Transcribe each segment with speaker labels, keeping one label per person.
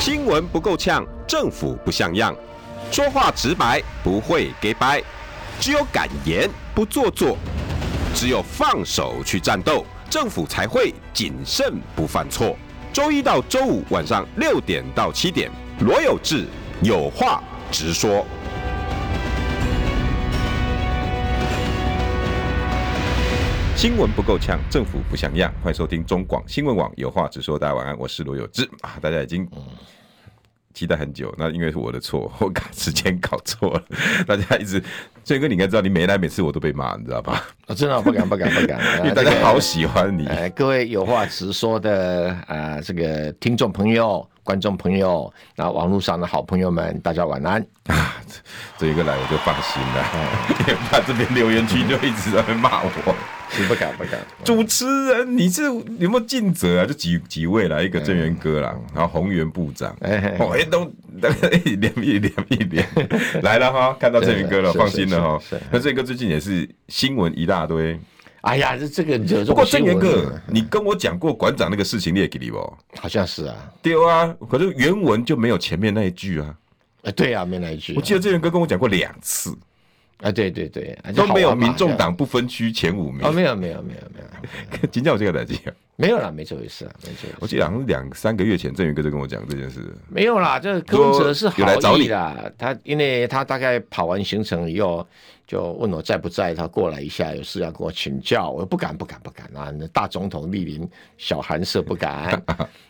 Speaker 1: 新闻不够呛，政府不像样，说话直白，不会给掰，只有敢言不做作，只有放手去战斗，政府才会谨慎不犯错。周一到周五晚上六点到七点，罗有志有话直说。新闻不够呛，政府不像样。欢迎收听中广新闻网，有话直说。大家晚安，我是罗有志啊。大家已经期待很久，那因为是我的错， 我搞时间搞错了。 大家一直，所以哥，你应该知道，你每来每次我都被骂，你知道吧？
Speaker 2: 我哦真的不敢不敢不敢，
Speaker 1: 因为大
Speaker 2: 啊这
Speaker 1: 家
Speaker 2: 个
Speaker 1: 好喜欢你。
Speaker 2: 呃，各位有话直说的啊、呃这个听众朋友、观众朋友，然后网络上的好朋友们，大家晚安。
Speaker 1: 啊这一个来我就放心
Speaker 2: 哎
Speaker 1: 了，因为怕这边留言区就一直在那边骂我。
Speaker 2: 是不敢不敢，
Speaker 1: 主持人，你是有没有尽责啊？就几几位啦，一个郑源哥啦，然后宏源部长，
Speaker 2: 哎
Speaker 1: 哦，哎都大概一脸一脸一脸来了哈，看到郑源哥了，
Speaker 2: 是
Speaker 1: 放心了哈
Speaker 2: 是是是。
Speaker 1: 那郑源哥最近也是新闻一大堆，
Speaker 2: 哎呀，这这个惹
Speaker 1: 不
Speaker 2: 不
Speaker 1: 过郑源
Speaker 2: 哎
Speaker 1: 哥，你跟我讲过馆长那个事情，你也给你不？
Speaker 2: 啊好像是啊，
Speaker 1: 对啊，可是原文就没有前面那一句啊。
Speaker 2: 呃，对啊，没那一句啊，
Speaker 1: 我记得郑源哥跟我讲过两次，
Speaker 2: 啊，对对对，啊
Speaker 1: 都没有
Speaker 2: 就好玩嘛
Speaker 1: 民众党不分区前五名
Speaker 2: 啊，，没有没有没有没有
Speaker 1: 今天我这个来劲。
Speaker 2: 没有啦，没这回事啊，没这回
Speaker 1: 我
Speaker 2: 事，
Speaker 1: 记得好像是两三个月前，郑源哥就跟我讲这件 事。
Speaker 2: 没有啦，这个柯文哲是
Speaker 1: 有来找
Speaker 2: 好
Speaker 1: 你
Speaker 2: 意啦，他因为他大概跑完行程以后。就问我在不在，他过来一下，有事要跟我请教，我不敢不敢不敢啊！那大总统莅临，小寒舍不敢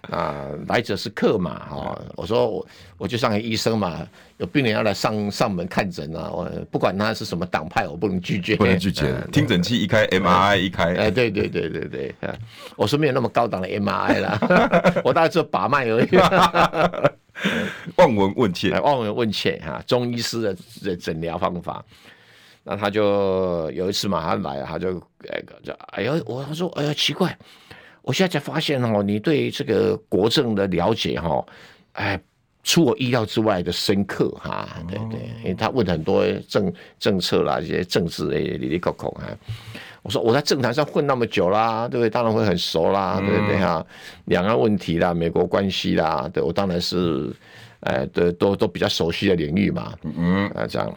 Speaker 2: 啊，来者是客嘛哈、哦我说我我就像个医生嘛，有病人要来上上门看诊啊，我不管他是什么党派，我不能拒绝，
Speaker 1: 不能拒绝的。听诊器一开，MRI 一开，
Speaker 2: 哎，对对对对对，啊我说没有那么高档的 MRI 啦， 我大概只有把脉而已。
Speaker 1: 望闻问切
Speaker 2: 哎，，望闻问切哈、中医师的诊诊疗方法。那他就有一次嘛，他来了，他就哎就哎呦，我他说哎呀奇怪，我现在才发现哦，你对这个国政的了解哈、哦，哎，出我意料之外的深刻哈、对对，因为他问很多政政策啦，一些政治的里里口口啊。我说我在政坛上混那么久啦，对不对？当然会很熟啦，对不对哈、两岸问题啦，美国关系啦，对我当然是，呃，对，都都比较熟悉的领域嘛。嗯，啊，这样。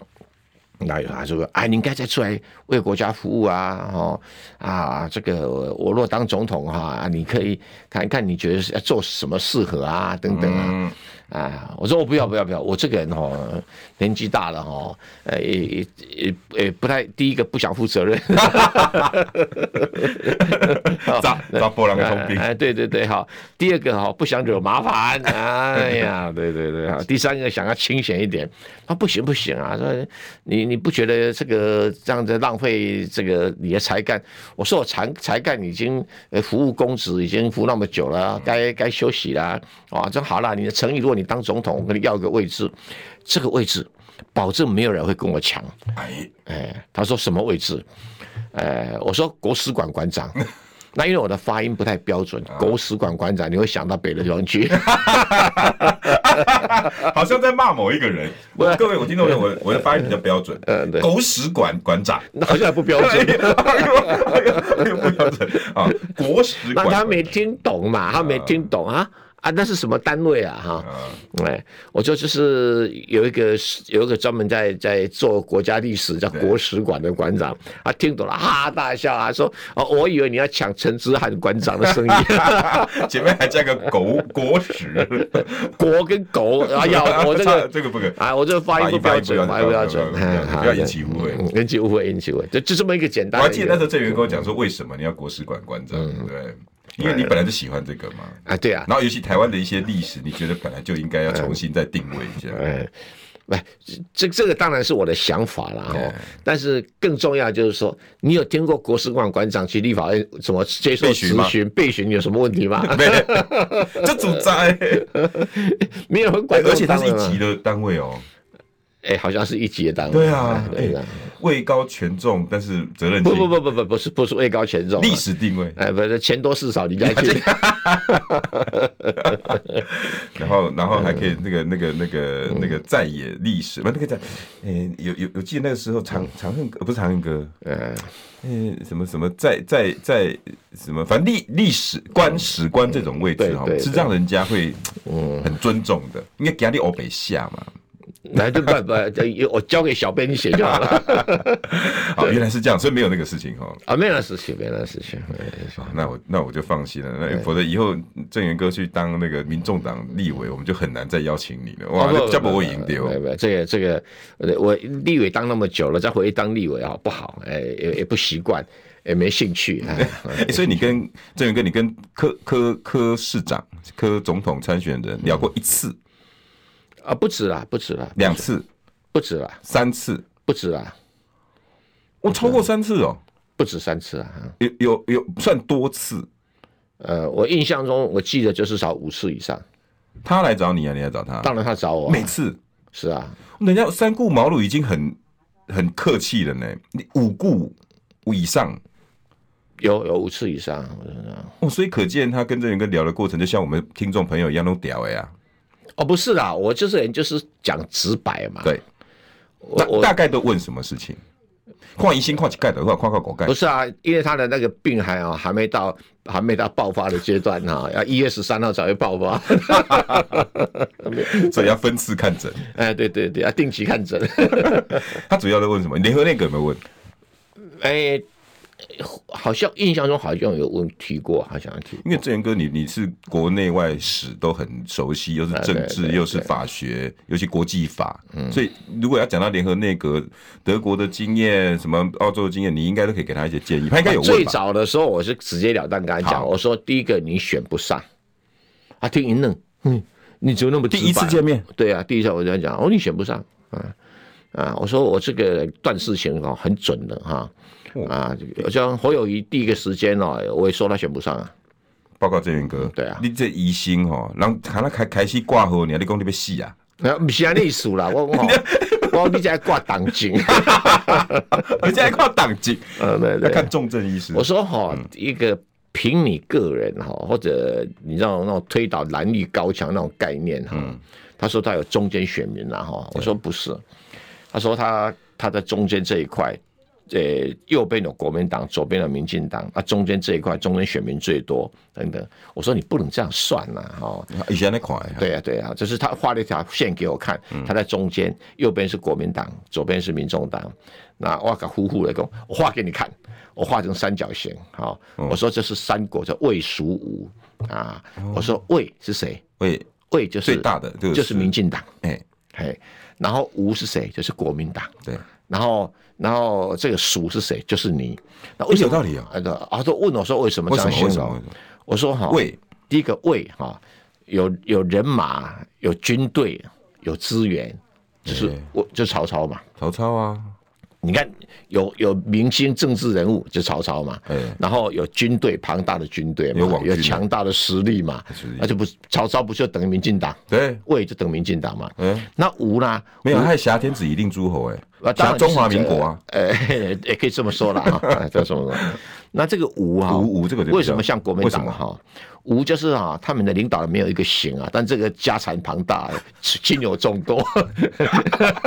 Speaker 2: 那有他说：“哎，你应该再出来为国家服务啊！哦，啊，这个我我若当总统哈、啊，你可以看一看你觉得是要做什么适合啊，等等啊。
Speaker 1: 嗯
Speaker 2: 啊，我说我不要不要不要，我这个人哦，年纪大了哦，呃，也也也也不太第一个不想负责任，
Speaker 1: 扎扎波浪通病。
Speaker 2: 哎，对对对，好。第二个哈，不想惹麻烦，哎呀，对对对，好。第三个想要清闲一点，他不行不行啊，说你你不觉得这个这样子浪费这个你的才干？我说我才才干已经呃服务公职已经服务那么久了，该该休息啦。啊，这样好了，你的诚意，如果你当总统，我跟你要个位置，这个位置保证没有人会跟我抢。
Speaker 1: 哎，
Speaker 2: 哎，他说什么位置？呃，我说国史馆馆长。那因为我的发音不太标准，国史馆馆长，你会想到北的地方去。
Speaker 1: 好像在骂某一个 人。我各位，我听众朋友，我我的发音比较标准
Speaker 2: 嗯对，
Speaker 1: 狗屎馆馆长。
Speaker 2: 那好像还不标
Speaker 1: 哎呦
Speaker 2: 准。
Speaker 1: 哎呦哎呦哎呦不标准啊！国史
Speaker 2: 那
Speaker 1: 馆
Speaker 2: 他没听懂嘛？他没听懂啊啊！那是什么单位啊？哈、
Speaker 1: 啊，
Speaker 2: 哎，我就就是有一个有一个专门在在做国家历史叫国史馆的馆长，他听懂了，哈哈大笑啊，说哦，我以为你要抢陈之汉馆长的生意，
Speaker 1: 前面还加个狗国史，
Speaker 2: 国跟狗， 哎呀，我这
Speaker 1: 差
Speaker 2: 个
Speaker 1: 这个不可。
Speaker 2: 啊，我这个发音不标准，
Speaker 1: 发
Speaker 2: 发
Speaker 1: 音不
Speaker 2: 音不
Speaker 1: 标
Speaker 2: 标
Speaker 1: 准
Speaker 2: 准，
Speaker 1: 不要引起误会
Speaker 2: 嗯，引起误会，引起误会，就就这么一个简
Speaker 1: 我
Speaker 2: 单
Speaker 1: 还
Speaker 2: 的一个。
Speaker 1: 记得那时候郑源跟我讲说，为什么你要国史馆馆长？对，因为你本来就喜欢这个嘛。
Speaker 2: 啊，嗯对啊，
Speaker 1: 然后尤其台湾的一些历史，你觉得本来就应该要重新再定位一下。
Speaker 2: 哎，不，这这个当然是我的想法啦
Speaker 1: 对
Speaker 2: 哈。但是更重要就是说，你有听过国史馆馆长去立法院怎么接受
Speaker 1: 被询
Speaker 2: 质
Speaker 1: 吗
Speaker 2: 询、备询有什么问题吗？
Speaker 1: 没， 这主灾，
Speaker 2: 没有人管这
Speaker 1: 而
Speaker 2: 种
Speaker 1: 且它
Speaker 2: 单
Speaker 1: 是
Speaker 2: 位
Speaker 1: 一
Speaker 2: 吗，
Speaker 1: 级的单位哦。
Speaker 2: 哎，好像是一级的单位。
Speaker 1: 对啊，
Speaker 2: 哎
Speaker 1: 哎
Speaker 2: 对啊，
Speaker 1: 位高权重，但是责任
Speaker 2: 不
Speaker 1: 心，
Speaker 2: 不不不不不是不是位高权重啊，
Speaker 1: 历史定位。
Speaker 2: 哎，不是钱多事少，你再去。
Speaker 1: 然后然后还
Speaker 2: 嗯
Speaker 1: 可以那个那个那个那个在野历史，不那个在，诶、有有我记得那个时候长长恨歌呃不是长恨歌，
Speaker 2: 嗯，
Speaker 1: 嗯、什么什么在在在什么，反正历历史官史官这种位置
Speaker 2: 嗯对
Speaker 1: 哈、
Speaker 2: 对
Speaker 1: 是
Speaker 2: 对嗯
Speaker 1: 让人家会很尊重的，应该给他立欧北下嘛。
Speaker 2: 来就不不，这我交给小编写就好了。
Speaker 1: 啊，原来是这样，所以没有那个事情哈、
Speaker 2: 啊，没那事情，没那事情。
Speaker 1: 啊，那我那我就放心了，那否则以后郑源哥去当那个民众党立委，我们就很难再邀请你了。哇，那
Speaker 2: 哦不呃
Speaker 1: 加不我赢丢
Speaker 2: 没有没有，这个这个，呃我立委当那么久了，再回去当立委啊，不好，哎，也也不习惯，也没兴趣。哎
Speaker 1: 欸所以你跟郑源哥，你跟柯柯柯市长、柯总统参选人聊过一次、
Speaker 2: 啊，不止啦，不止啦，
Speaker 1: 两次、
Speaker 2: 不止啦，
Speaker 1: 三次，
Speaker 2: 不止啦，
Speaker 1: 我超过三次哦，
Speaker 2: 不止三次啊。
Speaker 1: 有有有算多次。
Speaker 2: 呃，我印象中我记得就至少五次以上。
Speaker 1: 他来找你啊，你来找他，
Speaker 2: 当然他找我啊、
Speaker 1: 每次
Speaker 2: 是啊，
Speaker 1: 人家三顾茅庐已经很很客气了呢，你五顾以上。
Speaker 2: 有有五次以上。我真的
Speaker 1: 哦，所以可见他跟郑源哥聊的过程，就像我们听众朋友一样，都屌哎呀、
Speaker 2: 哦，不是啦，我就是人就是讲直白嘛。
Speaker 1: 对，
Speaker 2: 我
Speaker 1: 大
Speaker 2: 我
Speaker 1: 大概都问什么事情？跨一星、跨几盖的，跨跨跨狗盖
Speaker 2: 不，是啊，因为他的那个病还啊还没到还没到爆发的阶段哈、要一月十三号才会爆发。
Speaker 1: 所以要分次看诊。
Speaker 2: 哎，对对对，要定期看诊。
Speaker 1: 他主要都问什么？联合那个有没有问？
Speaker 2: 哎，好像印象中好像有问提过，好像提。
Speaker 1: 因为郑源哥你，你是国内外史都很熟悉，又是政
Speaker 2: 啊对
Speaker 1: 治，
Speaker 2: 对嗯
Speaker 1: 又是法学，尤其国际法，所以如果要讲到联合内阁、德国的经验、什么澳洲的经验，你应该都可以给他一些建议。他应该有问
Speaker 2: 最
Speaker 1: 吧？
Speaker 2: 早的时候，我是直截了当跟他
Speaker 1: 好
Speaker 2: 讲，我说第一个你选不上，他听一愣，嗯，你怎么那么直
Speaker 1: 第
Speaker 2: 白
Speaker 1: 一次见面，
Speaker 2: 对啊，第一次我就讲，哦，你选不上啊啊！我说我这个断事情哦，很准的哈啊！这个像侯友谊第一个时间哦，我也说他选不上啊，
Speaker 1: 报告郑源哥，
Speaker 2: 对啊
Speaker 1: 你这疑心哦，然后看他开开始挂号，你还在讲你被戏啊？
Speaker 2: 啊，不是安内数啦，我我我你在挂党 警，
Speaker 1: 而且还挂党籍，
Speaker 2: 呃，对
Speaker 1: 要
Speaker 2: 对，
Speaker 1: 看重症医师
Speaker 2: 我。说哈、一个凭你个人哈，或者你知道那种推倒蓝绿高墙那种概念哈，他说他有中间选民啦哈，我说不是，他说他他在中间这一块，呃，右边有国民党，左边有民进党，啊，中间这一块中间选民最多等等，我说你不能这样算呐、哈、
Speaker 1: 以前那款啊，
Speaker 2: 对呀、对呀、就是他画了一条线给我看，
Speaker 1: 嗯
Speaker 2: 他在中间，右边是国民党，左边是民众党。那我个呼呼的讲，我画给你看，我画成三角形。好、
Speaker 1: 嗯
Speaker 2: 我说这是三国叫魏、蜀、吴啊。我说魏是谁？
Speaker 1: 喂，
Speaker 2: 魏就是
Speaker 1: 哦最大的就是
Speaker 2: 就是民进党，
Speaker 1: 哎、
Speaker 2: 嘿。然后吴是谁？就是国民党。
Speaker 1: 对，
Speaker 2: 然后，然后这个蜀是谁？就是你。那为
Speaker 1: 哎
Speaker 2: 什
Speaker 1: 有
Speaker 2: 么？
Speaker 1: 道理哦。
Speaker 2: 啊，对啊，都问我说为什么
Speaker 1: 为什
Speaker 2: 这样
Speaker 1: 么？为
Speaker 2: 形
Speaker 1: 什么？
Speaker 2: 容
Speaker 1: 为？什么
Speaker 2: 我说哈，
Speaker 1: 魏
Speaker 2: 第一个魏哈，有有人马，有军队，有资源，就是
Speaker 1: 对
Speaker 2: 我就曹操嘛。
Speaker 1: 曹操啊，
Speaker 2: 你看，有有明星政治人物，就曹操嘛，
Speaker 1: 哎
Speaker 2: 然后有军队庞大的军队
Speaker 1: 有
Speaker 2: 嘛
Speaker 1: 网，军
Speaker 2: 有
Speaker 1: 嘛
Speaker 2: 强大的实力嘛
Speaker 1: 实力，
Speaker 2: 而且不是曹操不就等于民进党，
Speaker 1: 对，
Speaker 2: 魏就等于民进党嘛。
Speaker 1: 嗯，
Speaker 2: 那吴呢？
Speaker 1: 没有害挟天子以令诸侯、哎，
Speaker 2: 嗯啊，当
Speaker 1: 挟
Speaker 2: 然就
Speaker 1: 中
Speaker 2: 是
Speaker 1: 华民国啊，
Speaker 2: 这，呃，也可以这么 说啦，啊，这这么说。那这个吴哈，
Speaker 1: 吴吴这个就比较
Speaker 2: 为什么像国民党啊
Speaker 1: 为什
Speaker 2: 哈？吴就是啊，他们的领导人没有一个行啊，但这个家产庞大，亲友众多，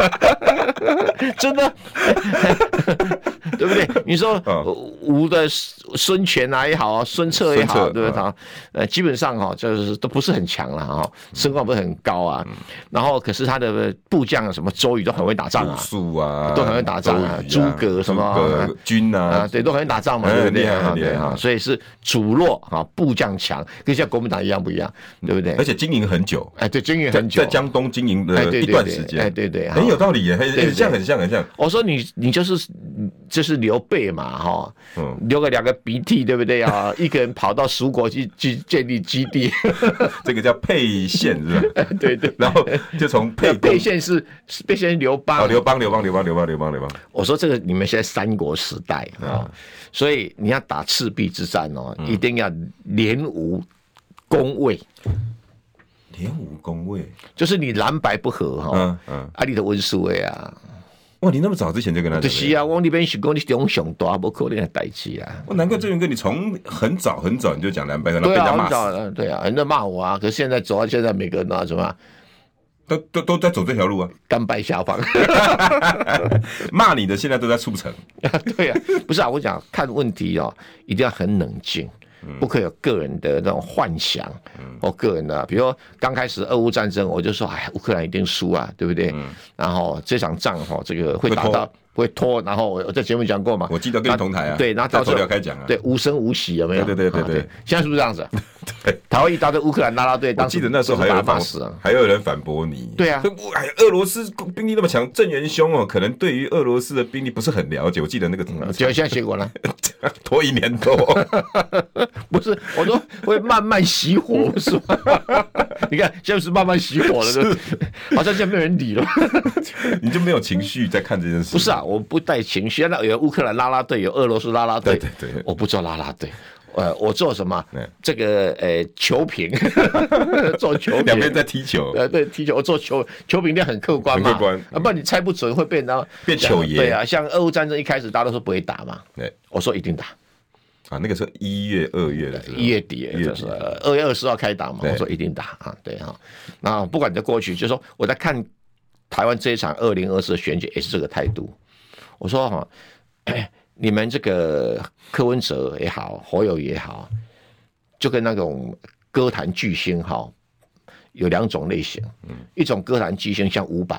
Speaker 2: 真的， 对不对？你说
Speaker 1: 嗯
Speaker 2: 吴的孙权啊也好啊，孙策也好，
Speaker 1: 孙策嗯
Speaker 2: 对不对？啊，呃，基本上哈，就是都不是很强了哈，身高不是很高啊，
Speaker 1: 嗯
Speaker 2: 然后可是他的部将啊什么周瑜都很会打仗
Speaker 1: 武
Speaker 2: 啊，
Speaker 1: 术啊，
Speaker 2: 都很会打仗啊
Speaker 1: 周瑜
Speaker 2: 诸葛什么啊
Speaker 1: 诸葛军啊
Speaker 2: 啊，，对，都很会打仗嘛，
Speaker 1: 哎
Speaker 2: 对不对？
Speaker 1: 厉害
Speaker 2: 啊
Speaker 1: 很厉害
Speaker 2: 对啊，所以是主弱啊，部将强，跟像国民党一样不一样，对不对
Speaker 1: 嗯而？且经营很久，
Speaker 2: 哎，对，经营
Speaker 1: 在
Speaker 2: 很久
Speaker 1: 在。江东经营
Speaker 2: 哎
Speaker 1: 了
Speaker 2: 对
Speaker 1: 一
Speaker 2: 对
Speaker 1: 段
Speaker 2: 对
Speaker 1: 时
Speaker 2: 哎
Speaker 1: 间，
Speaker 2: 对对
Speaker 1: 很
Speaker 2: 好
Speaker 1: 有道理耶，很
Speaker 2: 对
Speaker 1: 很像，
Speaker 2: 对
Speaker 1: 很像，很像。
Speaker 2: 我说你，你就是就是刘备嘛，哈，
Speaker 1: 嗯
Speaker 2: 流个两个鼻涕，对不对啊？ 一个人跑到蜀国去去建立基地，
Speaker 1: 这个叫沛县是吧？
Speaker 2: 对对。
Speaker 1: 然后就从沛
Speaker 2: 那
Speaker 1: 公
Speaker 2: 沛县是是沛县是刘
Speaker 1: 哦，
Speaker 2: 邦，
Speaker 1: 刘邦，刘邦，刘邦，刘邦，刘邦，刘邦，
Speaker 2: 我说这个你们现在三国时代啊，所以你要打赤壁之战哦，
Speaker 1: 嗯
Speaker 2: 一定要联吴攻魏，
Speaker 1: 连武公卫，
Speaker 2: 就是你蓝白不合哈、
Speaker 1: 嗯嗯，
Speaker 2: 啊，你的温书伟啊，
Speaker 1: 哇，你那么早之前就跟他聊
Speaker 2: 就是啊，我那边是讲你中上大，不可能的代志啊。
Speaker 1: 哇，难怪郑源哥，你从很早很早你就讲蓝白河，然后
Speaker 2: 对
Speaker 1: 被人
Speaker 2: 啊，
Speaker 1: 家
Speaker 2: 很
Speaker 1: 骂
Speaker 2: 早
Speaker 1: 死，
Speaker 2: 了，对啊，很多人骂我啊。可是现在走到现在，每个人啊什么
Speaker 1: 都都都在走这条路啊。
Speaker 2: 甘拜下风。
Speaker 1: 骂你的现在都在促成，
Speaker 2: 对啊，不是啊，我讲看问题哦，一定要很冷静，
Speaker 1: 嗯
Speaker 2: 不可以有个人的那种幻想或个人啊的，比如说刚开始俄乌战争，我就说，哎，乌克兰一定输啊，对不对？然后这场仗哈、哦，这个会打
Speaker 1: 嗯会拖
Speaker 2: 到会拖，然后我我在节目讲过嘛，
Speaker 1: 我记得跟你同台啊
Speaker 2: 那对，然后到
Speaker 1: 在
Speaker 2: 时
Speaker 1: 头
Speaker 2: 候
Speaker 1: 条开讲啊
Speaker 2: 对，无声无息有没有？
Speaker 1: 对对对对
Speaker 2: 啊
Speaker 1: 对
Speaker 2: 现在是不是这样 子啊？对，台湾一大堆乌克兰拉拉队，
Speaker 1: 我
Speaker 2: 当时
Speaker 1: 记得那时候还有
Speaker 2: 把
Speaker 1: 人
Speaker 2: 他骂
Speaker 1: 反
Speaker 2: 死啊。
Speaker 1: 还有人反驳你。
Speaker 2: 对啊
Speaker 1: 说我哎，俄罗斯兵力那么强，郑元凶哦，可能对于俄罗斯的兵力不是很了解。我记得那个
Speaker 2: 结果现在结果呢？
Speaker 1: 拖一年多，
Speaker 2: 不是，我都会慢慢熄 火，不是吗？ 你看，现在是慢慢熄火了，对不对好像现在没有人理 了。
Speaker 1: 你就没有情绪在看这件事。
Speaker 2: 不是啊，我不带情绪。那有乌克兰拉拉队，有俄罗斯拉拉队，
Speaker 1: 对对对
Speaker 2: 我不做拉拉队。呃，我做什么
Speaker 1: 嗯？
Speaker 2: 这个呃，球评，做球评，
Speaker 1: 两边在踢球，
Speaker 2: 呃，对，踢球，我做球球评练很客观嘛，
Speaker 1: 很客观
Speaker 2: 啊，不然你猜不准会被人家
Speaker 1: 变球爷
Speaker 2: 对啊，像俄乌战争一开始大家都说不会打嘛，
Speaker 1: 对
Speaker 2: 我说一定打，
Speaker 1: 哎啊，那个时候一月、二月的时候，
Speaker 2: 一月底，
Speaker 1: 一月底
Speaker 2: 就是呃二月二十号开打嘛，
Speaker 1: 对
Speaker 2: 我说一定打啊，对哈。那不管你的过去，就是说我在看台湾这一场二零二四的选举也是这个态度。我说哈、哎你们这个柯文哲也好，侯友宜也好，就跟那种歌坛巨星哈，有两种类型，
Speaker 1: 嗯
Speaker 2: 一种歌坛巨星像伍佰。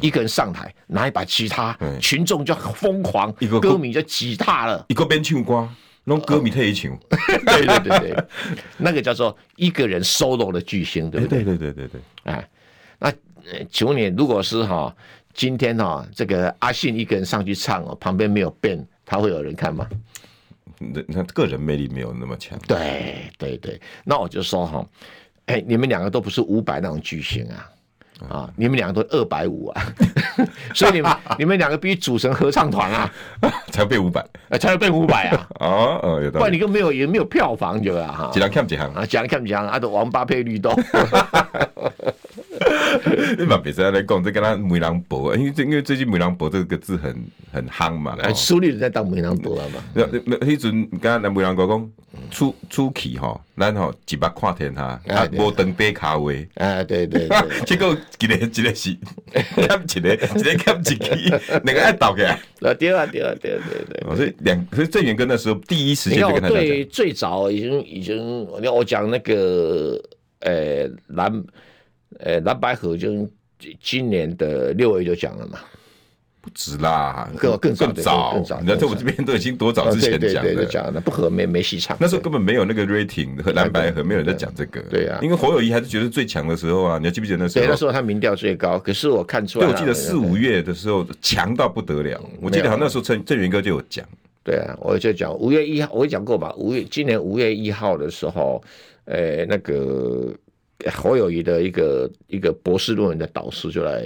Speaker 2: 一个人上台拿一把吉他，
Speaker 1: 嗯
Speaker 2: 群众就疯狂
Speaker 1: 一个，
Speaker 2: 歌迷就吉他了。
Speaker 1: 一个边唱歌，弄歌迷退一
Speaker 2: 哦
Speaker 1: 球。
Speaker 2: 对对对对， 那个叫做一个人 solo 的巨星，对
Speaker 1: 哎
Speaker 2: 不对？
Speaker 1: 对对对对对，
Speaker 2: 哎，那呃请问你，如果是哈、今天哈、这个阿信一个人上去唱哦，旁边没有变，他会有人看吗？
Speaker 1: 那那个人魅力没有那么强。
Speaker 2: 对对对，那我就说哈、哎，你们两个都不是五百那种巨星啊。啊！你们两个都二百五啊， 所以 你们你们两个必须组成合唱团啊，
Speaker 1: 才被五百
Speaker 2: 呃才能变五百 啊，
Speaker 1: 哦，哦，有
Speaker 2: 不
Speaker 1: 道
Speaker 2: 然
Speaker 1: 理。
Speaker 2: 你都没有也没有票房就啊哈
Speaker 1: 几行看几 行，
Speaker 2: 啊，讲看不讲啊？都王八配绿 豆，
Speaker 1: 你嘛别在来讲，这跟他梅兰博，因为因为最近梅兰博这个字很很夯嘛。
Speaker 2: 哎苏立人在当梅兰博啊嘛。
Speaker 1: 那那迄阵，敢若梅兰国讲出出去吼，咱吼一目看天下，啊，无长短骹位。
Speaker 2: 哎，对对对
Speaker 1: 结果一个一个是欠一个，一个欠一个，两个爱倒起来。
Speaker 2: 呃， 对啊，对啊，对啊，对对。
Speaker 1: 哦所以两，所以郑源哥那时候第一时
Speaker 2: 你
Speaker 1: 间
Speaker 2: 看
Speaker 1: 就
Speaker 2: 我
Speaker 1: 跟他讲，
Speaker 2: 对最早已经已经，你看我讲那个呃蓝呃蓝白河，就是今年的六月就讲了嘛。
Speaker 1: 不止啦，
Speaker 2: 更
Speaker 1: 更
Speaker 2: 更早
Speaker 1: 早，
Speaker 2: 更早
Speaker 1: 你知道在我这边都已经多早哦之前
Speaker 2: 呃对
Speaker 1: 讲
Speaker 2: 对对，就
Speaker 1: 的。
Speaker 2: 讲了不合没没戏唱。
Speaker 1: 那时候根本没有那个 rating 和蓝白和没有人在讲这个，
Speaker 2: 对啊
Speaker 1: 因为侯友谊还是觉得最强的时候啊，你还记不记得那时
Speaker 2: 对
Speaker 1: 候？
Speaker 2: 那时候他民调最高，可是我看出来
Speaker 1: 对，
Speaker 2: 了，
Speaker 1: 我记得四五月的时候强到不得了。我记得好像那时候郑郑源哥就有讲，
Speaker 2: 对啊，我就讲五月一号，我也讲过嘛，五月今年五月一号的时候，呃，那个侯友谊的一个一个博士论文的导师就来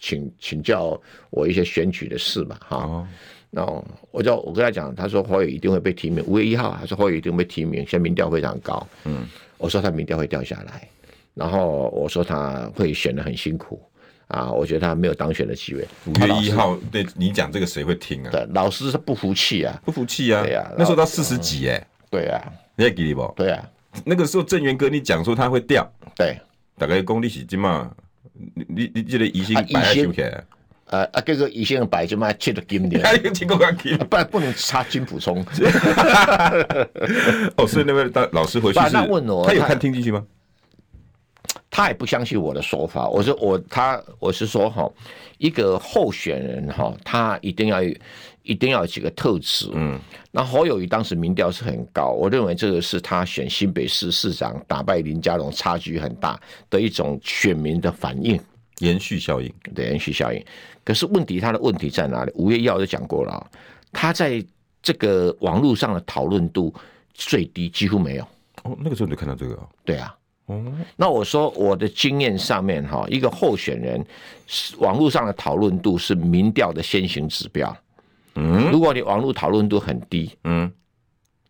Speaker 2: 请请教我一些选举的事嘛，哈，
Speaker 1: 哦，
Speaker 2: 那我就我跟他讲，他说侯友宜一定会被提名，五月一号他说侯友宜一定会被提名，现在民调非常高，嗯，我说他民调会掉下来，然后我说他会选的很辛苦啊，我觉得他没有当选的机会，
Speaker 1: 五月一号，对你讲这个谁会听啊？
Speaker 2: 对，老师是不服气啊，
Speaker 1: 不服气啊
Speaker 2: 对啊！
Speaker 1: 那时候到四十几哎，
Speaker 2: 对啊，
Speaker 1: 你还记得不？
Speaker 2: 对啊，
Speaker 1: 那个时候郑源哥你讲说他会掉，
Speaker 2: 对。
Speaker 1: 大概功力是即嘛？你你你这个疑心
Speaker 2: 啊
Speaker 1: 摆
Speaker 2: 疑心
Speaker 1: 收起来，
Speaker 2: 呃啊，这个以前摆就卖切到 金的，
Speaker 1: 哎，经过关 机
Speaker 2: 啊不然不能插金补充。
Speaker 1: 哦，所以那位当老师回去
Speaker 2: 不
Speaker 1: 是，
Speaker 2: 然那问我
Speaker 1: 他有
Speaker 2: 他
Speaker 1: 看听进去吗？
Speaker 2: 他也不相信我的说法。我说我他我是说哈，一个候选人哈，他一定要有一定要有几个特质。嗯，那侯友谊当时民调是很高，我认为这个是他选新北市市长打败林佳龙差距很大的一种选民的反应。
Speaker 1: 延续效应，
Speaker 2: 的延续效应。可是问题，它的问题在哪里？五月一号就讲过了、啊，它在这个网络上的讨论度最低，几乎没有。
Speaker 1: 哦，那个时候你就看到这个哦，
Speaker 2: 对啊，
Speaker 1: 哦，
Speaker 2: 那我说我的经验上面哈，一个候选人是网络上的讨论度是民调的先行指标。
Speaker 1: 嗯，
Speaker 2: 如果你网络讨论度很低，
Speaker 1: 嗯，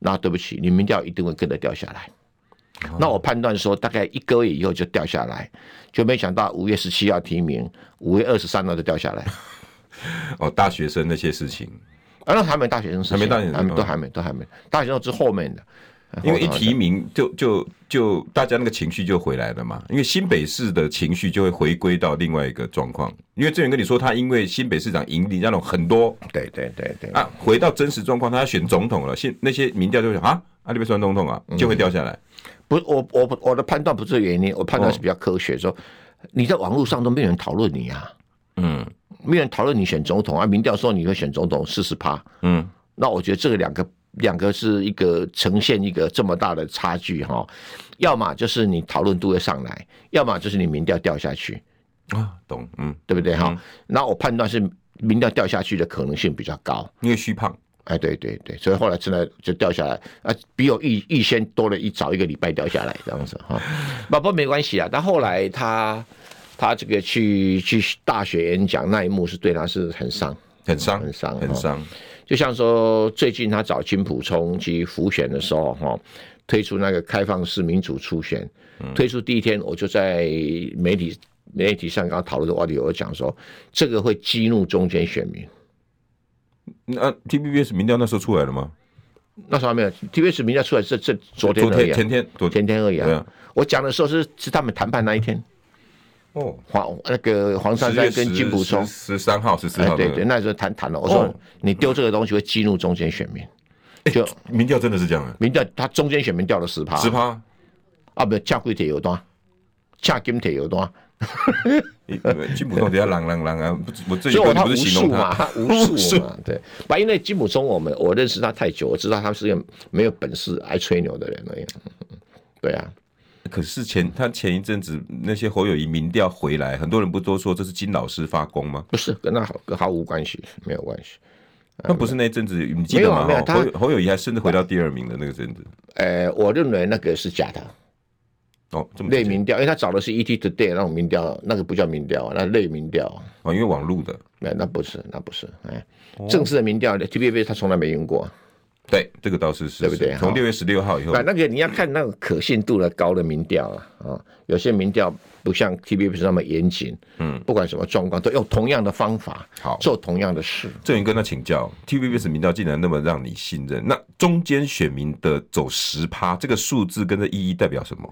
Speaker 2: 那对不起，你民调一定会跟着掉下来。
Speaker 1: 哦
Speaker 2: 那我判断说，大概一个月以后就掉下来，就没想到五月十七号提名，五月二十三号就掉下来。
Speaker 1: 哦，大学生那些事情，
Speaker 2: 啊，那还没大学生时期，
Speaker 1: 还没大学生
Speaker 2: 还没都
Speaker 1: 哦
Speaker 2: 还没都还没，大学生是后面的，
Speaker 1: 因为一
Speaker 2: 后
Speaker 1: 提名就就就大家那个情绪就回来了嘛，因为新北市的情绪就会回归到另外一个状况。因为郑源跟你说，他因为新北市长赢你那种很多
Speaker 2: 对对对对，
Speaker 1: 啊，回到真实状况，他要选总统了，现那些民调就会想啊，啊，你被选总统
Speaker 2: 嗯
Speaker 1: 啊，就会掉下来。
Speaker 2: 不，我我不我的判断不是原因，我判断是比较科学，说你在网络上都没有人讨论你啊，
Speaker 1: 嗯
Speaker 2: 没有人讨论你选总统啊，民调说你会选总统四十趴，
Speaker 1: 嗯，
Speaker 2: 那我觉得这个两个两个是一个呈现一个这么大的差距哈，要么就是你讨论度会上来，要么就是你民调掉下去，
Speaker 1: 啊，懂，嗯，
Speaker 2: 对不对哈？那我判断是民调掉下去的可能性比较高。
Speaker 1: 因为虚胖，
Speaker 2: 哎，对对对，所以后来真的就掉下来，啊，比我预预先多了一早一个礼拜掉下来这样子哈，不不过没关系啊。但后来他他这个去去大学演讲那一幕是对他是很伤，
Speaker 1: 很伤，
Speaker 2: 很伤
Speaker 1: 很
Speaker 2: 哦
Speaker 1: 伤。
Speaker 2: 就像说最近他找金溥聪去浮选的时候哈、推出那个开放式民主初选，推出第一天我就在媒体媒体上跟他讨论的话题，我就讲说这个会激怒中间选民。
Speaker 1: 那啊 T B B S 民调那时候出来了吗？
Speaker 2: 那时候还没有 TVS 民调出来是这昨天
Speaker 1: 昨
Speaker 2: 而已、
Speaker 1: 天、
Speaker 2: 啊，
Speaker 1: 前天、昨
Speaker 2: 前天而已
Speaker 1: 对
Speaker 2: 啊
Speaker 1: 啊。
Speaker 2: 我讲的时候是是他们谈判那一天，
Speaker 1: 哦，
Speaker 2: 黄那个黄珊
Speaker 1: 10月
Speaker 2: 珊跟金溥聪，
Speaker 1: 十三号、十四
Speaker 2: 哎
Speaker 1: 号，
Speaker 2: 对对，
Speaker 1: 对，
Speaker 2: 那时候谈谈了。我说
Speaker 1: 哦
Speaker 2: 你丢这个东西会激怒中间选民，就
Speaker 1: 民调真的是这样啊，
Speaker 2: 民调他中间选民掉了十趴，
Speaker 1: 十趴。
Speaker 2: 啊，不，恰贵铁有单，恰金铁有单，
Speaker 1: 金普通底下啷啷啷啊！不是我这
Speaker 2: 所以我
Speaker 1: 个
Speaker 2: 他
Speaker 1: 不
Speaker 2: 无
Speaker 1: 是形
Speaker 2: 数
Speaker 1: 容
Speaker 2: 嘛，
Speaker 1: 他，
Speaker 2: 他 无数嘛，对。把因为金溥聪，我们我认识他太久，我知道他是个没有本事、爱吹牛的人而已。 对啊，
Speaker 1: 可是前他前一阵子那些侯友谊民调回来，很多人不都说这是金老师发功吗？
Speaker 2: 不是跟他毫跟毫无关系，没有关系。
Speaker 1: 那不是那一阵子你记
Speaker 2: 没
Speaker 1: 得
Speaker 2: 有啊
Speaker 1: 吗？
Speaker 2: 哎没有
Speaker 1: 哦
Speaker 2: 他
Speaker 1: 侯友侯友谊还甚至回到第二名的那个阵子
Speaker 2: 呃，我认为那个是假的，
Speaker 1: 哦，这么
Speaker 2: 类民调，因为他找的是 ET Today 那种民调，那个不叫民调啊，那类民调啊，
Speaker 1: 哦，因为网路的
Speaker 2: 那那不是，那不是，哎，
Speaker 1: 哦
Speaker 2: 正式的民调 t b b 他从来没用过，
Speaker 1: 对这个倒是是
Speaker 2: 对不对
Speaker 1: 是从
Speaker 2: 好
Speaker 1: 六月十六号以后
Speaker 2: 那，那个你要看那个可信度的高的民调啊，啊，有些民调不像 t b b 那么严谨，嗯，不管什么状况都用同样的方法，
Speaker 1: 好
Speaker 2: 做同样的事，
Speaker 1: 郑云跟他请教，TVBS 民调竟然那么让你信任，那中间选民的走十趴这个数字跟这意义代表什么？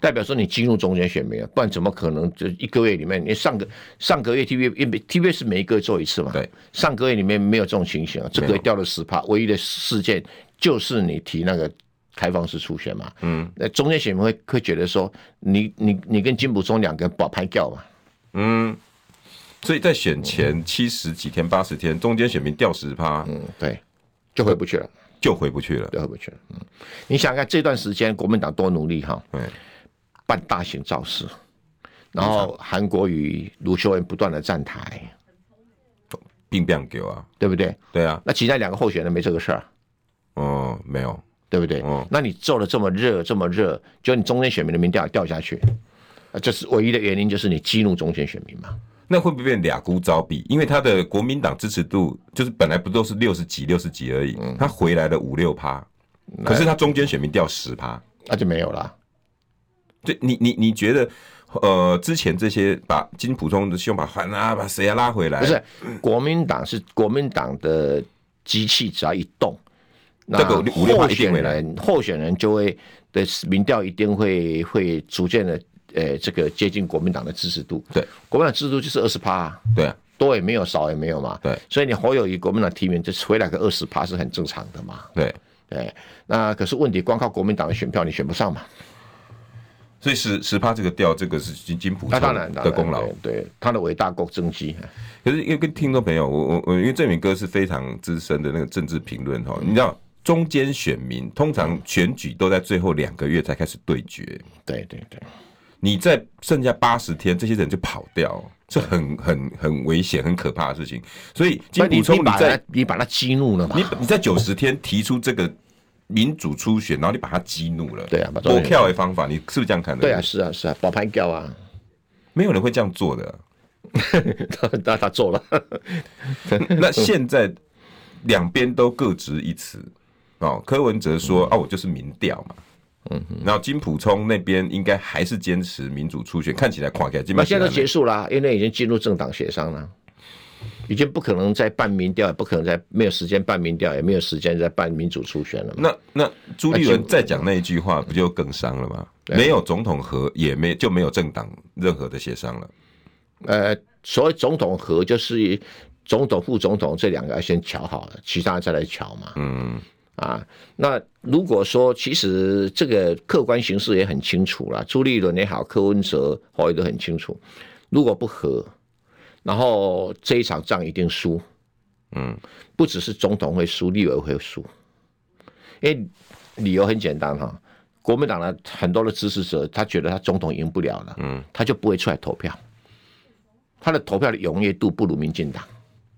Speaker 2: 代表说你激怒中间选民啊，不然怎么可能？就一个月里面，你上个上个月 T V T V 是每一个月做一次嘛？
Speaker 1: 对，
Speaker 2: 上个月里面没有这种情形啊，这个
Speaker 1: 没
Speaker 2: 月
Speaker 1: 有
Speaker 2: 掉了十趴，唯一的事件就是你提那个开放式初选嘛。嗯，那中间选民会会觉得说，你你你跟金溥聪两个人把拍掉嘛？
Speaker 1: 嗯，所以在选前七十几天、八十天，中间选民掉十趴
Speaker 2: 嗯，对，就回不去了，
Speaker 1: 就回不去了。
Speaker 2: 就回不去了。嗯，你想想看这段时间国民党多努力哈，
Speaker 1: 对，
Speaker 2: 办大型造势，然后韩国瑜、卢秀燕不断的站台，
Speaker 1: 并不给啊，
Speaker 2: 对不对？
Speaker 1: 对啊，
Speaker 2: 那其他两个候选人没这个事儿，
Speaker 1: 哦、没有，
Speaker 2: 对不对？
Speaker 1: 嗯
Speaker 2: 那你做的这么热，这么热，就你中间选民的民调也掉下去，啊这是唯一的原因，就是你激怒中间选民嘛。
Speaker 1: 那会不会变俩孤招比？因为他的国民党支持度就是本来不都是六十几、六十几而已，
Speaker 2: 嗯
Speaker 1: 他回来了五六趴，可是他中间选民掉十趴。
Speaker 2: 那就没有了。
Speaker 1: 对你，你你觉得，呃，之前这些把金普通的胸把还啊，把谁啊拉回来，
Speaker 2: 不是，国民党是国民党的机器，只要一动，那
Speaker 1: 这个五六
Speaker 2: 候
Speaker 1: 趴一定
Speaker 2: 选
Speaker 1: 会来
Speaker 2: 人候选人就会的民调一定会会逐渐的，呃，这个接近国民党的支持度。
Speaker 1: 对，
Speaker 2: 国民党支持度就是二十趴。
Speaker 1: 对啊，
Speaker 2: 多也没有，少也没有嘛。
Speaker 1: 对
Speaker 2: 所以你侯友谊国民党提名，这回来个二十趴是很正常的嘛。
Speaker 1: 对，
Speaker 2: 对，哎那可是问题，光靠国民党的选票你选不上嘛？
Speaker 1: 所以十十趴这个掉，这个是金金普
Speaker 2: 那
Speaker 1: 通
Speaker 2: 当然，当
Speaker 1: 的
Speaker 2: 然
Speaker 1: 功劳。
Speaker 2: 对对他的伟大功政绩，
Speaker 1: 可是因为跟听众朋友，我我我，因为郑敏哥是非常资深的那个政治评论哈，
Speaker 2: 嗯
Speaker 1: 你知道中间选民通常选举都在最后两个月才开始对决，
Speaker 2: 对对对，
Speaker 1: 你在剩下八十天，这些人就跑掉，是很很很危险、很可怕的事情。所以金
Speaker 2: 那你
Speaker 1: 溥
Speaker 2: 你
Speaker 1: 聪，
Speaker 2: 把
Speaker 1: 你在
Speaker 2: 他你把他激怒了嘛
Speaker 1: 你？你在九十天提出这个民主初选，然后你把他激怒了，
Speaker 2: 对啊把中
Speaker 1: 拨
Speaker 2: 间
Speaker 1: 票的方法，你是不是这样看的？
Speaker 2: 对啊，，是啊是啊，保盘掉啊，
Speaker 1: 没有人会这样做的啊、
Speaker 2: 他他他做了，
Speaker 1: 那现在两边都各执一词，哦，柯文哲说、啊，我就是民调嘛，嗯，然后金普聪那边应该还是坚持民主初选，看起来垮开，基
Speaker 2: 那
Speaker 1: 本
Speaker 2: 现在
Speaker 1: 上
Speaker 2: 都结束了啊，因为已经进入政党协商了。已经不可能再办民调，也不可能再没有时间办民调，也没有时间再办民主初选了嘛。
Speaker 1: 那那朱立伦再讲那一句话，不就更伤了吗？没有总统和，也没就没有政党任何的协商了。
Speaker 2: 呃，所谓总统和就是总统、副总统这两个要先瞧好了，其他再来瞧嘛。
Speaker 1: 嗯，
Speaker 2: 啊，那如果说其实这个客观形势也很清楚啦，朱立伦也好，柯文哲、侯友宜都很清楚，如果不和，然后这一场仗一定输。
Speaker 1: 嗯，
Speaker 2: 不只是总统会输，立委会输，因为理由很简单哈，国民党的很多的支持者，他觉得他总统赢不了了，
Speaker 1: 嗯，
Speaker 2: 他就不会出来投票，他的投票的踊跃度不如民进党。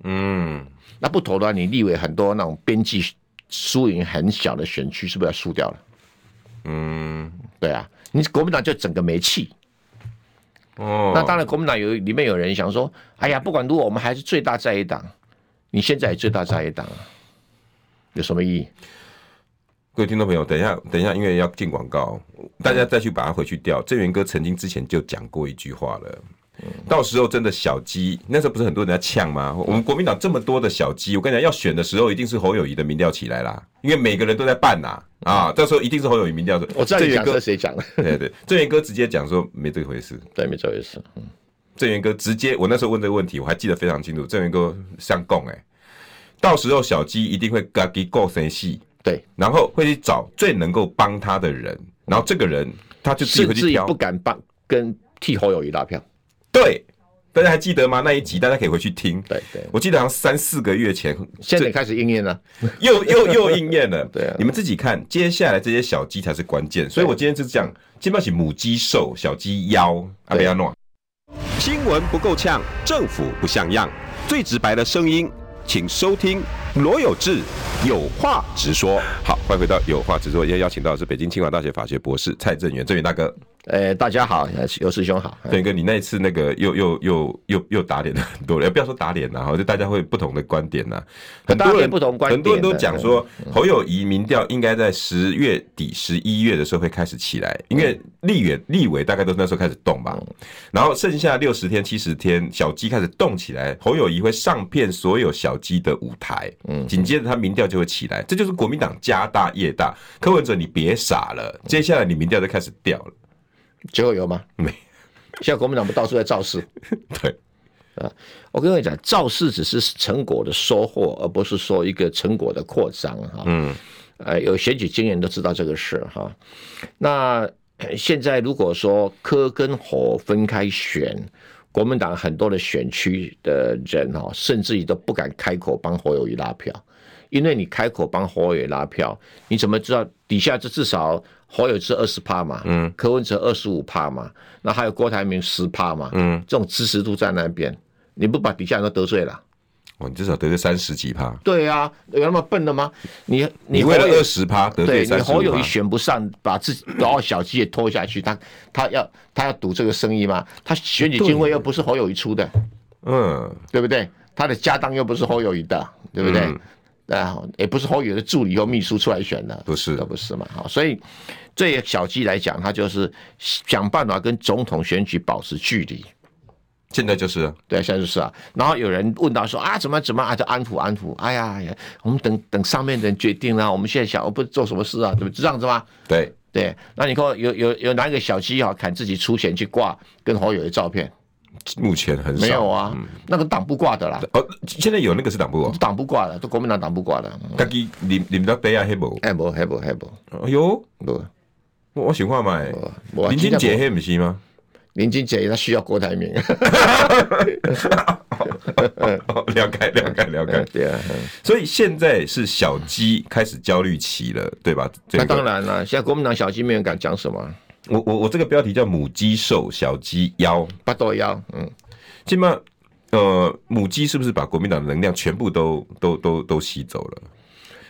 Speaker 1: 嗯，
Speaker 2: 那不投的话，你立委很多那种边际输赢很小的选区，是不是要输掉了？
Speaker 1: 嗯，
Speaker 2: 对啊，你国民党就整个没气。
Speaker 1: 哦，
Speaker 2: 那当然，国民党有里面有人想说，哎呀，不管如何，我们还是最大在野党。你现在也最大在野党啊，有什么意义？
Speaker 1: 各位听众朋友，等一下，等一下，因为要进广告，大家再去把它回去调。郑源哥曾经之前就讲过一句话了，到时候真的小鸡，那时候不是很多人在呛吗？我们国民党这么多的小鸡，我跟你讲，要选的时候一定是侯友谊的民调起来啦，因为每个人都在办呐，啊，到时候一定是侯友谊民调的。
Speaker 2: 我知道你
Speaker 1: 郑
Speaker 2: 讲这
Speaker 1: 源
Speaker 2: 谁讲的，
Speaker 1: 哥，对 对，郑源哥直接讲说没这回事。
Speaker 2: 对，没这回事。
Speaker 1: 郑源哥直接，我那时候问这个问题，我还记得非常清楚。郑源哥上供哎，到时候小鸡一定会嘎给够生细，
Speaker 2: 对，
Speaker 1: 然后会去找最能够帮他的人，然后这个人他就自己
Speaker 2: 甚
Speaker 1: 会
Speaker 2: 至
Speaker 1: 去
Speaker 2: 也
Speaker 1: 挑
Speaker 2: 不。敢帮跟替侯友谊拉票。
Speaker 1: 对，大家还记得吗？那一集大家可以回去听。
Speaker 2: 对对，
Speaker 1: 我记得好像三四个月前，
Speaker 2: 现在开始应验了。
Speaker 1: 又又又应验了。
Speaker 2: 对啊
Speaker 1: 你们自己看，接下来这些小鸡才是关键。所以我今天就是讲，今天要起母鸡瘦，小鸡腰，啊阿贝亚诺。新闻不够呛，政府不像样，最直白的声音，请收听罗有志有话直说。好，欢迎回到有话直说，今天邀请到的是北京清华大学法学博士蔡正元，正元大哥，
Speaker 2: 呃，大家好，呃尤师兄好。
Speaker 1: 正元哥，你那一次那个又又又又又打脸了很多人，不要说打脸啦，哈，就大家会有不同的观点呐，很
Speaker 2: 大
Speaker 1: 多
Speaker 2: 家
Speaker 1: 人
Speaker 2: 不同观点
Speaker 1: 很多人都
Speaker 2: 的嗯
Speaker 1: 讲说侯友谊民调应该在十月底、十一月的时候会开始起来，因
Speaker 2: 嗯
Speaker 1: 为立委立委大概都是那时候开始动吧，然后剩下六十天、七十天，小鸡开始动起来，侯友谊会上遍所有小鸡的舞台，嗯，紧接着他民调就会起来，这就是国民党家大业大。柯文哲，你别傻了，接下来你民调就开始掉了，
Speaker 2: 结果有吗？
Speaker 1: 没。
Speaker 2: 现在国民党不到处在造 势。啊
Speaker 1: 对，
Speaker 2: 我跟你讲，造势只是成果的收获，而不是说一个成果的扩张哈。嗯，呃，有选举经验都知道这个事哈。那呃现在如果说柯跟侯分开选，国民党很多的选区的人哈，甚至于都不敢开口帮侯友谊拉票，因为你开口帮侯友谊拉票，你怎么知道底下这至少侯友是二十趴嘛，嗯，柯文哲二十五趴嘛，那还有郭台铭十趴嘛，嗯，这种支持度在那边，你不把底下人都得罪了？
Speaker 1: 哇，哦你至少得罪三十几趴，
Speaker 2: 对啊，有那么笨的吗？你
Speaker 1: 你
Speaker 2: 侯
Speaker 1: 为了
Speaker 2: 友
Speaker 1: 二十趴得罪
Speaker 2: 对你
Speaker 1: 三十
Speaker 2: 侯友
Speaker 1: 趴
Speaker 2: 谊。选不上，把自己 然后小鸡也拖下去，他他要他要赌这个生意吗？他选举经费又不是侯友谊出的，
Speaker 1: 嗯，
Speaker 2: 对不对？他的家当又不是侯友谊的，对不对？啊，也不是侯友宜的助理或秘书出来选的，
Speaker 1: 不是
Speaker 2: 都不是嘛。好，所以对小鸡来讲，他就是想办法跟总统选举保持距离。
Speaker 1: 现在就是啊
Speaker 2: 对，现在就是啊。然后有人问到说啊，怎么怎么啊，就安抚安抚。哎呀，哎呀我们等等上面的人决定啦、啊我们现在想，我不做什么事啊，对不对？就这样子吗？
Speaker 1: 对，
Speaker 2: 对，那你看有有有哪一个小鸡啊，砍自己出钱去挂跟好友的照片？
Speaker 1: 目前很少
Speaker 2: 没有啊，那个党不挂的啦，
Speaker 1: 哦，现在有那个是党部哦，
Speaker 2: 党不挂的，都国民党党不挂的。嗯
Speaker 1: 家己啉啉到杯啊黑无？
Speaker 2: 哎，不，还不，还不，
Speaker 1: 哎呦，
Speaker 2: 不，
Speaker 1: 我我想看卖
Speaker 2: 不，不
Speaker 1: 林俊杰，黑啊不是吗？
Speaker 2: 啊林俊杰他需要郭台 铭， 呃
Speaker 1: 哦了解了解了解。
Speaker 2: 对啊。嗯
Speaker 1: 所以现在是小鸡开始焦虑期了，对吧？
Speaker 2: 那
Speaker 1: 郑哥
Speaker 2: 当，然了，现在国民党小鸡没人敢讲什么，
Speaker 1: 我我我这个标题叫母鸡瘦，小鸡腰。
Speaker 2: 八豆腰，嗯，
Speaker 1: 起码，呃，母鸡是不是把国民党的能量全部都都都都吸走了？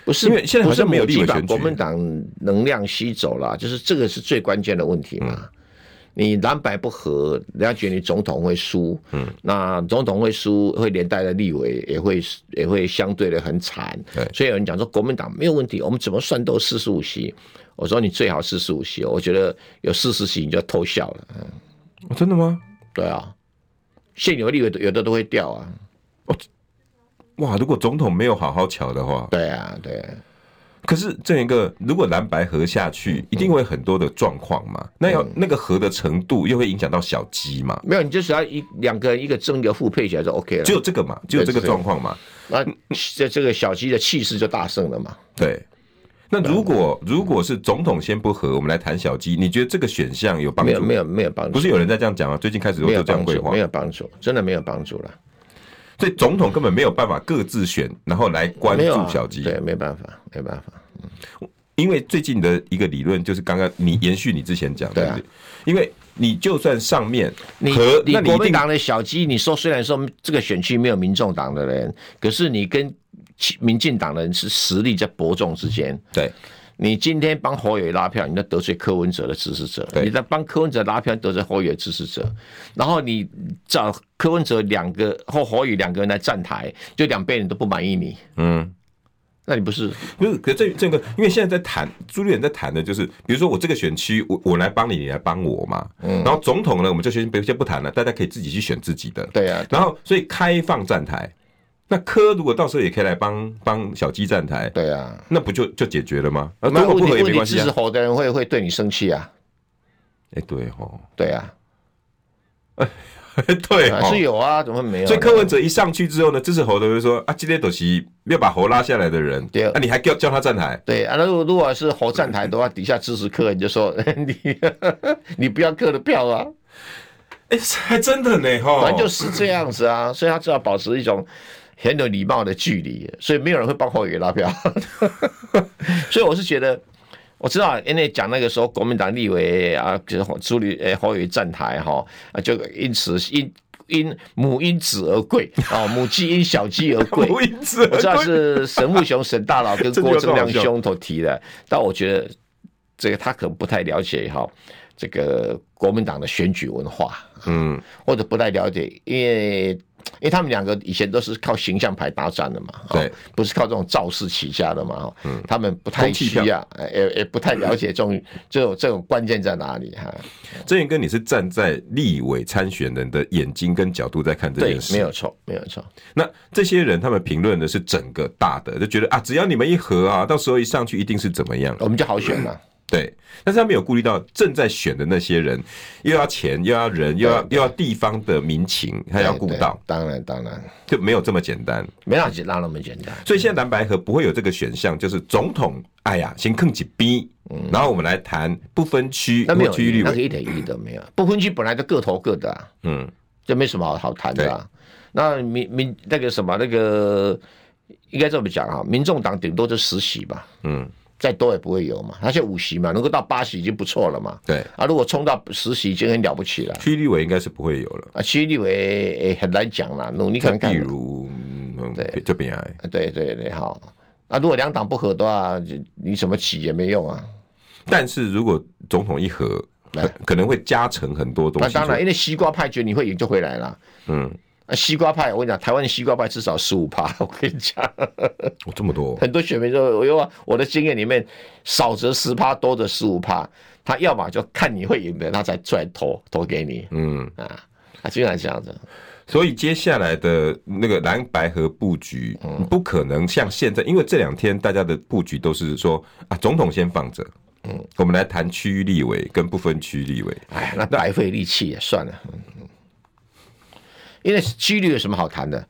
Speaker 2: 不是，
Speaker 1: 因为现在好像没有
Speaker 2: 不是
Speaker 1: 立委
Speaker 2: 母鸡把
Speaker 1: 选举
Speaker 2: 国民党能量吸走了，就是这个是最关键的问题嘛。
Speaker 1: 嗯
Speaker 2: 你蓝白不合，人家觉得你总统会输，嗯，那总统会输，会连带的立委也会也会相对的很惨，
Speaker 1: 对
Speaker 2: 所以有人讲说国民党没有问题，我们怎么算都四十五席，我说你最好四十五席，我觉得有四十席你就要偷笑了，嗯
Speaker 1: 哦，真的吗？
Speaker 2: 对啊，现有的立委有的都会掉啊，
Speaker 1: 哇，如果总统没有好好瞧的话，
Speaker 2: 对啊，对，
Speaker 1: 可是这一个如果蓝白合下去，一定会很多的状况嘛。
Speaker 2: 嗯
Speaker 1: 那要那个合的程度，又会影响到小鸡嘛。
Speaker 2: 没有，你就只要一两个人一个争一个互配起来就 OK 了。
Speaker 1: 只有这个嘛，只有这个
Speaker 2: 对
Speaker 1: 状况嘛。
Speaker 2: 那这这个小鸡的气势就大胜了嘛？
Speaker 1: 对。那如果如果是总统先不合，我们来谈小鸡，你觉得这个选项有帮
Speaker 2: 没
Speaker 1: 助？
Speaker 2: 有没有没有帮助，
Speaker 1: 不是有人在这样讲吗？啊最近开始都
Speaker 2: 没有
Speaker 1: 这样
Speaker 2: 帮
Speaker 1: 规
Speaker 2: 助，
Speaker 1: 划
Speaker 2: 没，有帮助，真的没有帮助了。
Speaker 1: 所以总统根本没有办法各自选，然后来关
Speaker 2: 没有啊
Speaker 1: 注小鸡。
Speaker 2: 对，没办法，没办法。
Speaker 1: 因为最近的一个理论就是刚刚你延续你之前讲
Speaker 2: 对
Speaker 1: 的，
Speaker 2: 啊
Speaker 1: 不因为你就算上面
Speaker 2: 你
Speaker 1: 和
Speaker 2: 你
Speaker 1: 那你
Speaker 2: 国
Speaker 1: 一
Speaker 2: 民
Speaker 1: 定
Speaker 2: 党的小鸡，你说虽然说这个选区没有民众党的人，可是你跟其民进党的人是实力在伯仲之间。
Speaker 1: 对
Speaker 2: 你今天帮侯友宜拉票，你在得罪柯文哲的支持者；
Speaker 1: 对
Speaker 2: 你在帮柯文哲拉票，得罪侯友宜的支持者。然后你找柯文哲两个或侯友宜两个人来站台，就两边人都不满意你，
Speaker 1: 嗯，
Speaker 2: 那你不是
Speaker 1: 不是，可这这个，因为现在在谈朱立伦在谈的就是，比如说我这个选区，我我来帮你，你来帮我嘛。嗯，然后总统呢，我们就先不先不谈了，大家可以自己去选自己的。
Speaker 2: 对啊？
Speaker 1: 然后所以开放站台，那柯如果到时候也可以来帮帮小鸡站台，
Speaker 2: 对啊，
Speaker 1: 那不就就解决了吗？啊，
Speaker 2: 那
Speaker 1: 如果不合也
Speaker 2: 问
Speaker 1: 没
Speaker 2: 你
Speaker 1: 关
Speaker 2: 支
Speaker 1: 系
Speaker 2: 持
Speaker 1: 啊。
Speaker 2: 侯的人会会对你生气啊？
Speaker 1: 哎、对哦，
Speaker 2: 对啊，
Speaker 1: 对
Speaker 2: 还是
Speaker 1: 哦。
Speaker 2: 有啊，怎么会没有呢？
Speaker 1: 所以柯文哲一上去之后呢，支持侯的就说啊，今天都是要把侯拉下来的人，啊
Speaker 2: 对
Speaker 1: 那、你还叫叫他站台？
Speaker 2: 对啊，那如果如果是侯站台的话，底下支持柯，你就说 你你不要柯的票啊，
Speaker 1: 哎、还真的呢哈。
Speaker 2: 反正就是这样子啊，所以他只好保持一种很有礼貌的距离，所以没有人会帮侯友宜拉票。 所以我是觉得，我知道，因为讲那个时候国民党立委啊，就是侯朱立诶侯友宜站台哈，啊就因此因因母因子而贵啊，母鸡因小鸡而 贵，
Speaker 1: 我一直
Speaker 2: 我知道是神木雄神大佬 跟
Speaker 1: 这句话
Speaker 2: 郭正亮
Speaker 1: 真好笑
Speaker 2: 兄头提的，但我觉得这个他可能不太了解哈，这个国民党的选举文化，
Speaker 1: 嗯，
Speaker 2: 或者不太了解，因为因为他们两个以前都是靠形象牌打战的嘛，哦
Speaker 1: 对，嗯
Speaker 2: 不是靠这种造势起家的嘛，哦他们不太
Speaker 1: 空气票嗯
Speaker 2: 需要，呃也也不太了解这种这种这种关键在哪里哈，
Speaker 1: 郑源哥，你是站在立委参选人的眼睛跟角度在看这
Speaker 2: 对
Speaker 1: 件，事，
Speaker 2: 没有错，没有错，
Speaker 1: 那这些人他们评论的是整个大的，就觉得啊，只要你们一合啊，到时候一上去一定是怎么样。
Speaker 2: 我们就好选了，
Speaker 1: 对，但是他没有顾虑到正在选的那些人，又要钱，又要人，又要
Speaker 2: 对
Speaker 1: 又要地方的民情，他要顾
Speaker 2: 对对
Speaker 1: 到，
Speaker 2: 当然当然，
Speaker 1: 就没有这么简单。
Speaker 2: 没那么那么简单。
Speaker 1: 所以现在蓝白合不会有这个选项，就是总统，哎呀，先坑几逼，然后我们来谈不分区
Speaker 2: 嗯那没
Speaker 1: 或
Speaker 2: 有
Speaker 1: 区域立
Speaker 2: 那个
Speaker 1: 委。
Speaker 2: 一点意义都没有。不分区本来就各投各的、啊，
Speaker 1: 嗯，
Speaker 2: 这没什么好好谈的、啊。那民民那个什么那个，应该这么讲啊，民众党顶多就十席吧，
Speaker 1: 嗯，
Speaker 2: 再多也不会有嘛。而且五席嘛，能够到八席已经不错了嘛。
Speaker 1: 对，
Speaker 2: 啊，如果冲到十席已经很了不起了。
Speaker 1: 区域立委应该是不会有了。
Speaker 2: 啊，区域立委也很难讲啦，努力看
Speaker 1: 那
Speaker 2: 看
Speaker 1: 例
Speaker 2: 啦。
Speaker 1: 如，嗯，
Speaker 2: 对
Speaker 1: 这边癌，
Speaker 2: 对对对，好。啊，如果两党不合的话，就你什么旗也没用啊。
Speaker 1: 但是如果总统一合，
Speaker 2: 来
Speaker 1: 可能会加成很多东
Speaker 2: 那
Speaker 1: 西出来。
Speaker 2: 当然，因为西瓜派觉得你会赢就回来了。
Speaker 1: 嗯，
Speaker 2: 啊，西瓜派，我跟你讲，台湾的西瓜派至少十五趴，我跟你讲，
Speaker 1: 哦，这么多，
Speaker 2: 很多选民都我有我的经验里面，少则十趴，多则十五趴，他要么就看你会赢的，他才出来投投给你
Speaker 1: 嗯，
Speaker 2: 啊，啊，经常这样子，
Speaker 1: 所以接下来的那个蓝白河布局，
Speaker 2: 嗯
Speaker 1: 不可能像现在，因为这两天大家的布局都是说啊，总统先放着，嗯，我们来谈区域立委跟不分区立委，
Speaker 2: 哎呀，那白费力气也算了，嗯嗯因为区域有什么好谈的？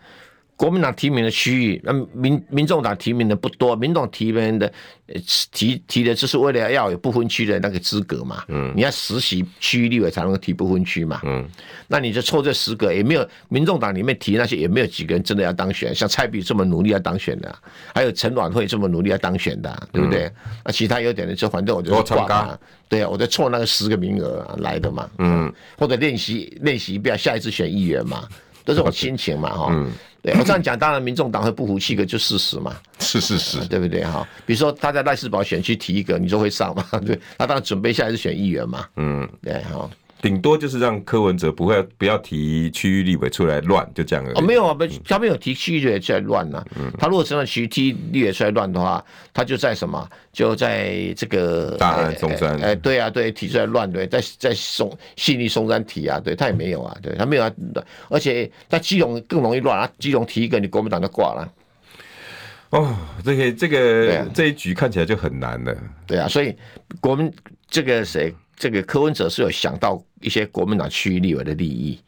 Speaker 2: 国民党提名的区域，那民民众党提名的不多，民众提名的呃提提的就是为了要有不分区的那个资格嘛，嗯，你要实习区域立委才能够提不分区嘛，嗯，那你就凑这十个，也没有民众党里面提那些也没有几个人真的要当选，像蔡壁这么努力要当选的啊、还有陈婉慧这么努力要当选的啊、对不对？那其他有点的就反正我就
Speaker 1: 嗯我
Speaker 2: 是
Speaker 1: 参加
Speaker 2: 挂嘛，对啊，我就凑那个十个名额、啊、来的嘛，嗯，或者练习练习一遍，下一次选议员 嘛，都是我心情嘛，哈，对我这样讲，当然民众党会不服气，个就事实 嘛，啊
Speaker 1: 是是是
Speaker 2: 对不对哈？比如说他在赖世宝选区提一个，你就会上嘛， 对，他当然准备下一次选议员嘛，嗯，对哈，
Speaker 1: 顶多就是让柯文哲不会不要提区域立委出来乱，就这样而已。
Speaker 2: 哦，没有啊，不，他没有提区域出来乱呐、
Speaker 1: 嗯
Speaker 2: 他如果真的提区域出来乱的话，他就在什么，就在这个
Speaker 1: 大安
Speaker 2: 哎
Speaker 1: 松山
Speaker 2: 哎，哎对啊，对，提出来乱，对，在在松信义松山提啊，对他也没有啊，对他没有啊，而且在基隆更容易乱啊，基隆提一个，你国民党就挂了，
Speaker 1: 哦，这个这
Speaker 2: 对
Speaker 1: 个、
Speaker 2: 啊
Speaker 1: 这一局看起来就很难了。
Speaker 2: 对啊，所以国民这个谁，这个柯文哲是有想到一些国民党区域立委的利益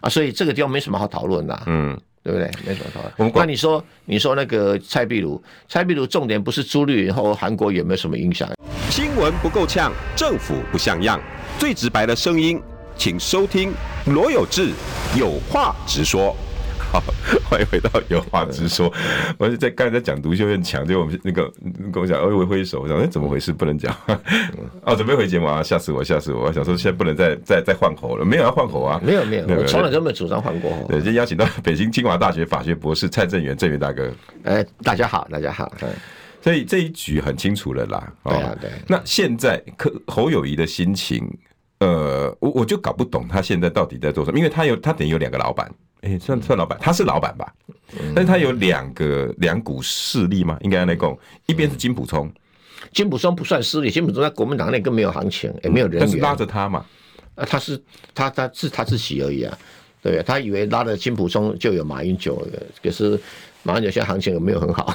Speaker 2: 啊，所以这个地方没什么好讨论的、
Speaker 1: 嗯，
Speaker 2: 对不对？没什么讨论。
Speaker 1: 我们
Speaker 2: 那
Speaker 1: 管
Speaker 2: 你说，你说那个蔡壁如，蔡壁如重点不是朱立伦后韩国有没有什么影响？
Speaker 3: 新闻不够呛，政府不像样，最直白的声音，请收听罗有志有话直说。
Speaker 1: 好，欢迎回到有话直说。 我是在刚才在讲独秀院墙，就我们那个跟我讲，哎，我挥手，我想哎怎么回事，不能讲。 哦，准备回节目啊，吓死我，吓死我！我想说现在不能再再再换口了，没有要换口啊，
Speaker 2: 没有没有，
Speaker 1: 没有
Speaker 2: 我从来
Speaker 1: 没有
Speaker 2: 都没有主张换过。
Speaker 1: 对，今天邀请到北京清华大学法学博士蔡正元，正元大哥。
Speaker 2: 哎，大家好，大家好。嗯
Speaker 1: 所以这一局很清楚了啦。哦
Speaker 2: 对啊对
Speaker 1: 那现在柯侯友谊的心情，呃，我我就搞不懂他现在到底在做什么，因为他有他等于有两个老板，哎、
Speaker 2: 嗯
Speaker 1: 算算老板，他是老板吧？但是他有两个两股势力嘛，应该来
Speaker 2: 嗯
Speaker 1: 讲，一边是金普聪，
Speaker 2: 金普松不算失利，金普松在国民党内更没有行情，也没有人
Speaker 1: 但是
Speaker 2: 员。
Speaker 1: 拉着他嘛，
Speaker 2: 啊，他是他他是他自己而已啊，对不对？他以为拉了金普松就有马英九了，可是马英九现在行情有没有很好？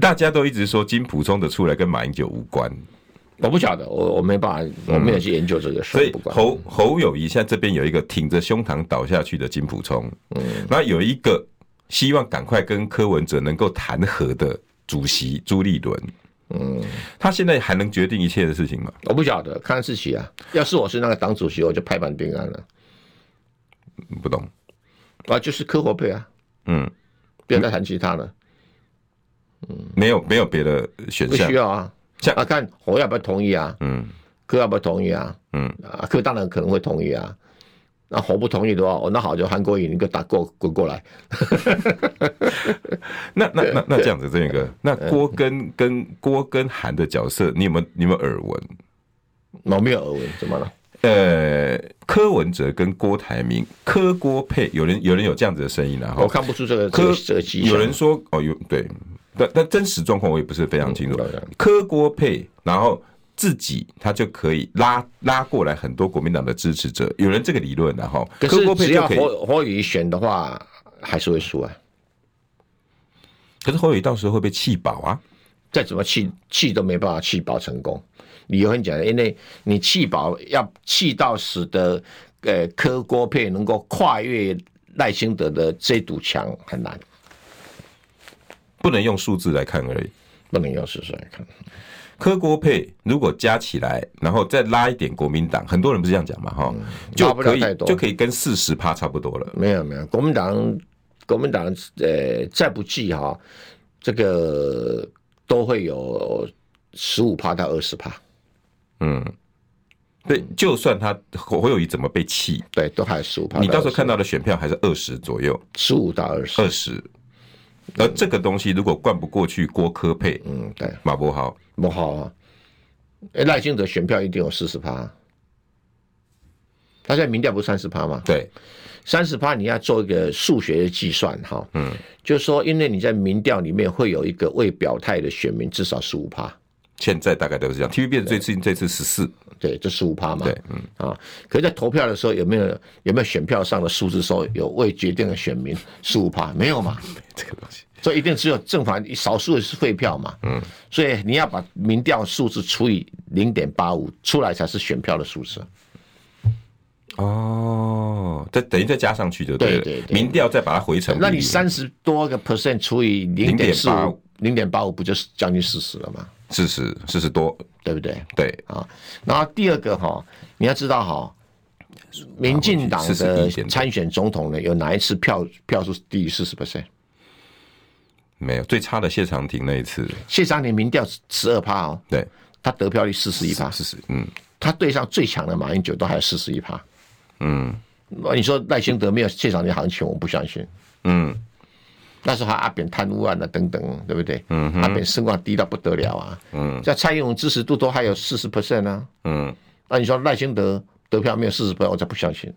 Speaker 1: 大家都一直说金普聪的出来跟马英九无关，
Speaker 2: 我不晓得，我我没办法，我没有去研究这个事，
Speaker 1: 所以
Speaker 2: 不管。
Speaker 1: 侯侯友谊现在这边有一个挺着胸膛倒下去的金普聪，嗯，然后有一个希望赶快跟柯文哲能够谈和的主席朱立伦，嗯，他现在还能决定一切的事情吗？
Speaker 2: 我不晓得，看自己啊。要是我是那个党主席，我就拍板定案了
Speaker 1: 嗯不懂，
Speaker 2: 啊，就是科活配啊，
Speaker 1: 嗯，
Speaker 2: 不要再谈其他了，
Speaker 1: 没有没有别的选
Speaker 2: 不
Speaker 1: 项
Speaker 2: 需，要啊。
Speaker 1: 像
Speaker 2: 啊，看侯要不要同意啊，
Speaker 1: 嗯
Speaker 2: 柯要不要同意啊，
Speaker 1: 嗯，
Speaker 2: 啊，柯当然可能会同意啊。那侯不同意的话，哦，那好，就韩国瑜你给我打过滚过来，
Speaker 1: 那那那那这样子，郑源
Speaker 2: 嗯
Speaker 1: 哥，那郭跟跟郭跟韩的角色，你有没有你有没有耳闻？
Speaker 2: 我哦没有耳闻，怎么了？
Speaker 1: 呃，柯文哲跟郭台铭、柯郭配，有人有人有这样子的声音然啊后
Speaker 2: 我看不出这个这
Speaker 1: 柯
Speaker 2: 个这个迹象。
Speaker 1: 有人说哦，有对，但但真实状况我也不是非常清楚
Speaker 2: 嗯当然。
Speaker 1: 柯郭配，然后自己他就可以拉拉过来很多国民党的支持者，有人这个理论然后
Speaker 2: 可
Speaker 1: 柯郭
Speaker 2: 是
Speaker 1: 配
Speaker 2: 只
Speaker 1: 就
Speaker 2: 要
Speaker 1: 可以，
Speaker 2: 侯侯友宜选的话，还是会输啊。
Speaker 1: 可是侯友宜到时候会被气饱啊。
Speaker 2: 再怎么气气都没办法气保成功，理由很简单，因为你气保要气到使得呃柯郭配能够跨越赖清德的这堵墙很难，
Speaker 1: 不能用数字来看而已。
Speaker 2: 不能用事实来看。
Speaker 1: 柯郭配如果加起来，然后再拉一点国民党，很多人不是这样讲嘛，哈，就
Speaker 2: 嗯拉不了
Speaker 1: 可以
Speaker 2: 太多
Speaker 1: 就可以跟四十趴差不多了。
Speaker 2: 没有没有，国民党国民党呃再不济哈、这个都会有十五趴到二十趴，
Speaker 1: 对，就算他侯侯友谊怎么被气，
Speaker 2: 对，都还有十五趴。
Speaker 1: 你到时候看到的选票还是二十左右。
Speaker 2: 十五到二十，
Speaker 1: 二十。而这个东西如果灌不过去郭科配、
Speaker 2: 嗯，对。
Speaker 1: 马伯豪，
Speaker 2: 不好啊！哎，赖清德选票一定有四十趴，啊他现在民调不是三十趴吗？
Speaker 1: 对，
Speaker 2: 三十趴你要做一个数学的计算哈，嗯，就是说，因为你在民调里面会有一个未表态的选民至少十五趴，
Speaker 1: 现在大概都是这样。TVB 的最近这次十四，
Speaker 2: 对，这十五趴嘛，
Speaker 1: 对，嗯，
Speaker 2: 啊，可是在投票的时候有没有有没有选票上的数字说有未决定的选民十五趴？没有 嘛，
Speaker 1: 这个东西
Speaker 2: 所以一定只有正反少数的是废票嘛，嗯，所以你要把民调数字除以零点八五出来才是选票的数字，
Speaker 1: 哦，再等于再加上去就对了，
Speaker 2: 对对对
Speaker 1: 民调再把它回成比例，
Speaker 2: 那你三十多个 percent 除以零点四
Speaker 1: 0.85
Speaker 2: 五，零点八五不就是将近四十了吗？
Speaker 1: 四十四十多，
Speaker 2: 对不对
Speaker 1: 对，
Speaker 2: 啊？然后第二个哈，你要知道哈，民进党的
Speaker 1: 41.2
Speaker 2: 参选总统呢，有哪一次票票数低于四十 percent？
Speaker 1: 没有最差的谢长廷那一次，
Speaker 2: 谢长廷民调十二趴哦，
Speaker 1: 对，
Speaker 2: 他得票率啊四十一趴，
Speaker 1: 四十，嗯，
Speaker 2: 他对上最强的马英九都还有四十一趴。嗯，那你说赖清德没有谢长廷行情，我不相信。
Speaker 1: 嗯，
Speaker 2: 那时候还阿扁贪污案啊等等，对不对？嗯，阿扁声望低到不得了啊。嗯，像蔡英文支持度都还有四十 percent 啊。
Speaker 1: 嗯，
Speaker 2: 那你说赖清德得票没有四十 percent，我才不相信。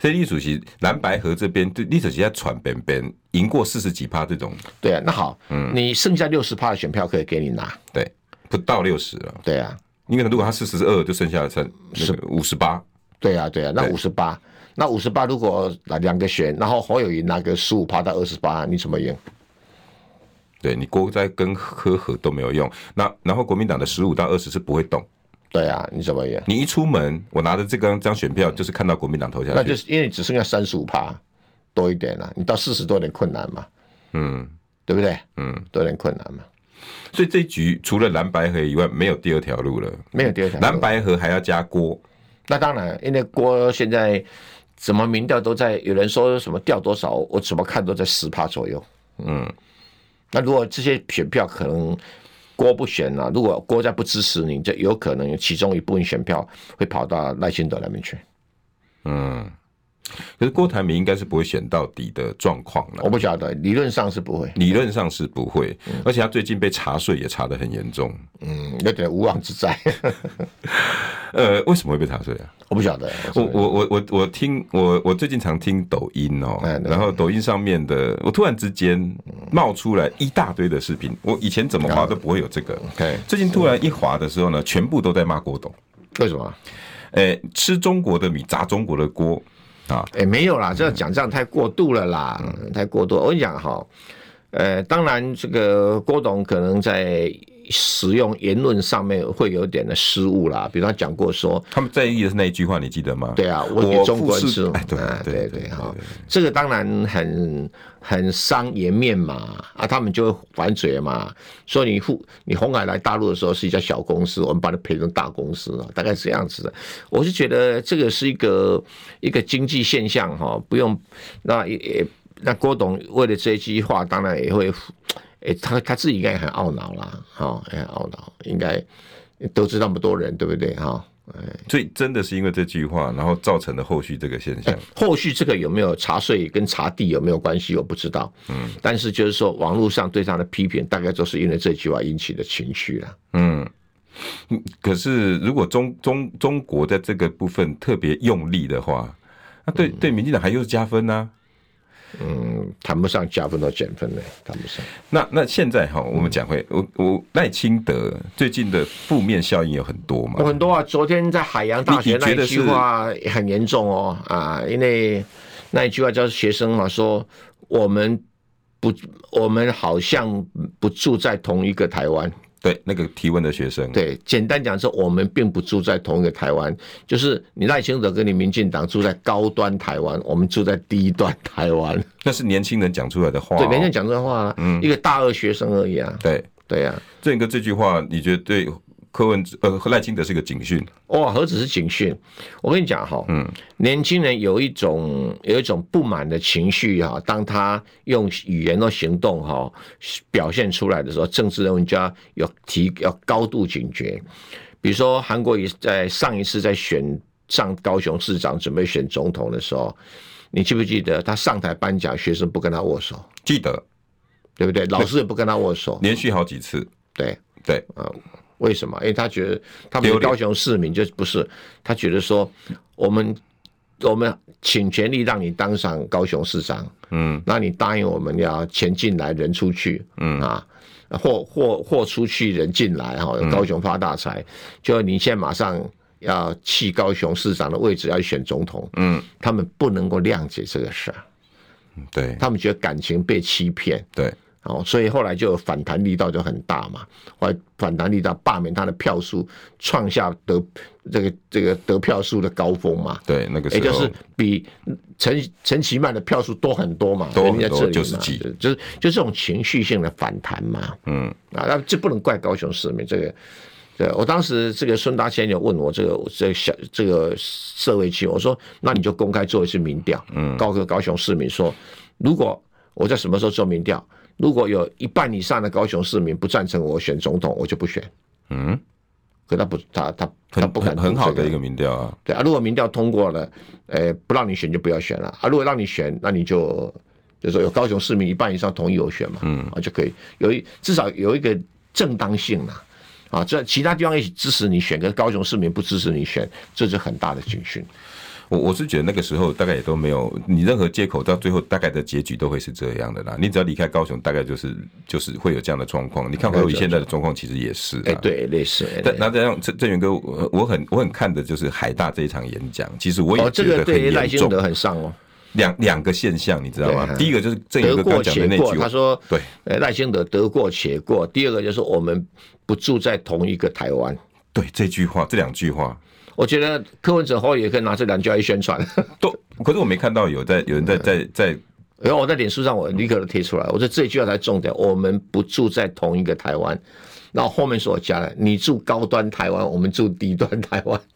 Speaker 1: 所以李主席蓝白河这边对李主席在喘边边赢过四十几趴这种，
Speaker 2: 对啊，那好，你剩下六十趴的选票可以给你拿。
Speaker 1: 对，不到六十了，
Speaker 2: 对啊，
Speaker 1: 因为如果他四十二就剩下三那个五十八，
Speaker 2: 对啊，对啊，那
Speaker 1: 对
Speaker 2: 五十八，那五十八如果拿两个选，然后侯友谊拿个十五趴到二十八，你怎么赢？
Speaker 1: 对你国在跟科合都没有用。那然后国民党的十五到二十是不会动，
Speaker 2: 对啊，你怎么演？
Speaker 1: 你一出门，我拿着这张张选票，就是看到国民党投下去，
Speaker 2: 那就是因为只剩下三十五趴多一点了、你到四十多有点困难嘛，
Speaker 1: 嗯
Speaker 2: 对不对？
Speaker 1: 嗯。
Speaker 2: 都有点困难嘛，
Speaker 1: 所以这一局除了蓝白河以外，没有第二条路了。
Speaker 2: 没有第二条路。
Speaker 1: 蓝白河还要加锅，
Speaker 2: 那当然，因为郭现在怎么民调都在，有人说什么掉多少，我怎么看都在十趴左右。
Speaker 1: 嗯，
Speaker 2: 那如果这些选票可能郭不选啊了、如果郭再不支持你，就有可能其中一部分选票会跑到赖清德那边去。
Speaker 1: 嗯。可是郭台铭应该是不会选到底的状况了
Speaker 2: 我，不晓得，理论上是不会，
Speaker 1: 理论上是不会，而且他最近被查税也查得很严重。
Speaker 2: 嗯，有点无妄之灾，
Speaker 1: 呃，为什么会被查税啊？
Speaker 2: 我不晓得。
Speaker 1: 我我我我我听我我最近常听抖音哦、
Speaker 2: 哎对嗯
Speaker 1: 然后抖音上面的，我突然之间冒出来一大堆的视频，我以前怎么滑都不会有这个，
Speaker 2: 对，
Speaker 1: 最近突然一滑的时候呢，全部都在骂郭董，
Speaker 2: 为什么？
Speaker 1: 哎、吃中国的米砸中国的锅啊，
Speaker 2: 哎、没有啦，这样讲这样太过度了啦，太过度了。我跟你讲哈，呃，当然这个郭董可能在使用言论上面会有点的失误啦，比如他讲过说，
Speaker 1: 他们在意的是那一句话，你记得吗？
Speaker 2: 对啊，我
Speaker 1: 我
Speaker 2: 给中国人
Speaker 1: 富士
Speaker 2: 吃，
Speaker 1: 哎对
Speaker 2: 啊
Speaker 1: 对
Speaker 2: 对
Speaker 1: 对对
Speaker 2: 哈
Speaker 1: 对对，
Speaker 2: 这个当然很很伤颜面嘛，啊，他们就会反嘴嘛，说你富你红海来大陆的时候是一家小公司，我们把它赔成大公司啊，大概是这样子的。我是觉得这个是一个一个经济现象哈，不用那也也那郭董为了这一句话，当然也会，诶、他他自己应该也很懊恼啦，哈、也很懊恼，应该得知那么多人，对不对哈？
Speaker 1: 所以真的是因为这句话，然后造成了后续这个现象。
Speaker 2: 后续这个有没有查税跟查地有没有关系，我不知道。嗯，但是就是说，网络上对他的批评，大概就是因为这句话引起的情绪了。
Speaker 1: 嗯，嗯可是如果中中中国在这个部分特别用力的话，那对对民进党还又是加分啊呢、
Speaker 2: 嗯，谈不上加分到减分呢，谈不上。
Speaker 1: 那那现在哈，
Speaker 2: 嗯
Speaker 1: 我们讲回我我赖清德最近的负面效应有很多嘛
Speaker 2: 有？很多啊，昨天在海洋大学
Speaker 1: 你你
Speaker 2: 那
Speaker 1: 觉得
Speaker 2: 一句话很严重哦啊，因为那一句话叫学生嘛说我们不，我们好像不住在同一个台湾。
Speaker 1: 对，那个提问的学生，
Speaker 2: 对，简单讲是我们并不住在同一个台湾，就是你赖清德跟你民进党住在高端台湾，我们住在低端台湾。
Speaker 1: 那是年轻人讲出来的话、哦。
Speaker 2: 对，人家讲这话、啊，一个大二学生而已啊。
Speaker 1: 对，
Speaker 2: 对呀、啊，
Speaker 1: 正哥这句话，你觉得对柯文哲呃赖清德是个警讯？
Speaker 2: 哇，何止是警讯？我跟你讲哈，嗯，年轻人有一种有一种不满的情绪哈，当他用语言或行动哈表现出来的时候，政治人物就要有提要高度警觉。比如说，韩国也在上一次在选上高雄市长，准备选总统的时候，你记不记得他上台颁奖，学生不跟他握手，
Speaker 1: 记得
Speaker 2: 对不对？老师也不跟他握手，
Speaker 1: 连续好几次，
Speaker 2: 对。啊
Speaker 1: 对，
Speaker 2: 为什么？因为他觉得他们
Speaker 1: 丢
Speaker 2: 是
Speaker 1: 脸
Speaker 2: 高雄市民，就不是他觉得说我们我们请全力让你当上高雄市长，
Speaker 1: 嗯，
Speaker 2: 那你答应我们要钱进来人出去，嗯啊，货货货出去人进来哈，
Speaker 1: 嗯
Speaker 2: 高雄发大财，就你现在马上。要弃高雄市长的位置，要选总统，
Speaker 1: 嗯，
Speaker 2: 他们不能够谅解这个事儿，
Speaker 1: 对
Speaker 2: 他们觉得感情被欺骗，
Speaker 1: 对，
Speaker 2: 哦，所以后来就有反弹力道就很大嘛，后来反弹力道罢免他的票数创下得这个这个得票数的高峰嘛，
Speaker 1: 对，那个时
Speaker 2: 也
Speaker 1: 候、
Speaker 2: 就是比陈陈其迈的票数多很多嘛，
Speaker 1: 多很多
Speaker 2: 人家这里
Speaker 1: 90
Speaker 2: 嘛
Speaker 1: 几
Speaker 2: 就就是就这种情绪性的反弹嘛，
Speaker 1: 嗯
Speaker 2: 啊，那这不能怪高雄市民这个。对，我当时这个孙达先有问我这个这个小这个社会区，我说那你就公开做一次民调，嗯，告诉高雄市民说，如果我在什么时候做民调，如果有一半以上的高雄市民不赞成我选总统，我就不选。
Speaker 1: 嗯，
Speaker 2: 可他不，他他他
Speaker 1: 很
Speaker 2: 不敢
Speaker 1: 很很好
Speaker 2: 做这
Speaker 1: 的一个民调啊。
Speaker 2: 对啊，如果民调通过了，呃，不让你选就不要选了啊。如果让你选，那你就就是说有高雄市民一半以上同意我选嘛，嗯啊就可以有一至少有一个正当性啦。啊，这其他地方也支持你选，可是高雄市民不支持你选，这是很大的警讯。
Speaker 1: 我我是觉得那个时候大概也都没有你任何借口，到最后大概的结局都会是这样的啦。你只要离开高雄，大概就是就是会有这样的状况。你看回
Speaker 2: 了解
Speaker 1: 现在的状况，其实也是、啊。
Speaker 2: 哎、对，类似。哎
Speaker 1: 但那这样，郑郑源哥，我我很我很看的就是海大这一场演讲，其实我
Speaker 2: 哦，
Speaker 1: 也
Speaker 2: 这
Speaker 1: 觉
Speaker 2: 个
Speaker 1: 得很
Speaker 2: 对赖
Speaker 1: 严
Speaker 2: 清
Speaker 1: 重。
Speaker 2: 德很上哦，
Speaker 1: 两两个现象，你知道吗
Speaker 2: 对？
Speaker 1: 第一个就是郑宇
Speaker 2: 得
Speaker 1: 哥
Speaker 2: 过
Speaker 1: 刚讲的
Speaker 2: 且
Speaker 1: 那
Speaker 2: 过，
Speaker 1: 句
Speaker 2: 他
Speaker 1: 话，
Speaker 2: 说，
Speaker 1: 对
Speaker 2: 呃，赖清德得过且过。第二个就是我们不住在同一个台湾，
Speaker 1: 对这句话，这两句话
Speaker 2: 我觉得柯文哲后也可以拿这两句来宣传。
Speaker 1: 都，可是我没看到有在有人
Speaker 2: 嗯
Speaker 1: 在在在
Speaker 2: 然后我在脸书上我立刻都贴出来，我说这句话才重点，我们不住在同一个台湾。然后后面是我加的，你住高端台湾，我们住低端台湾。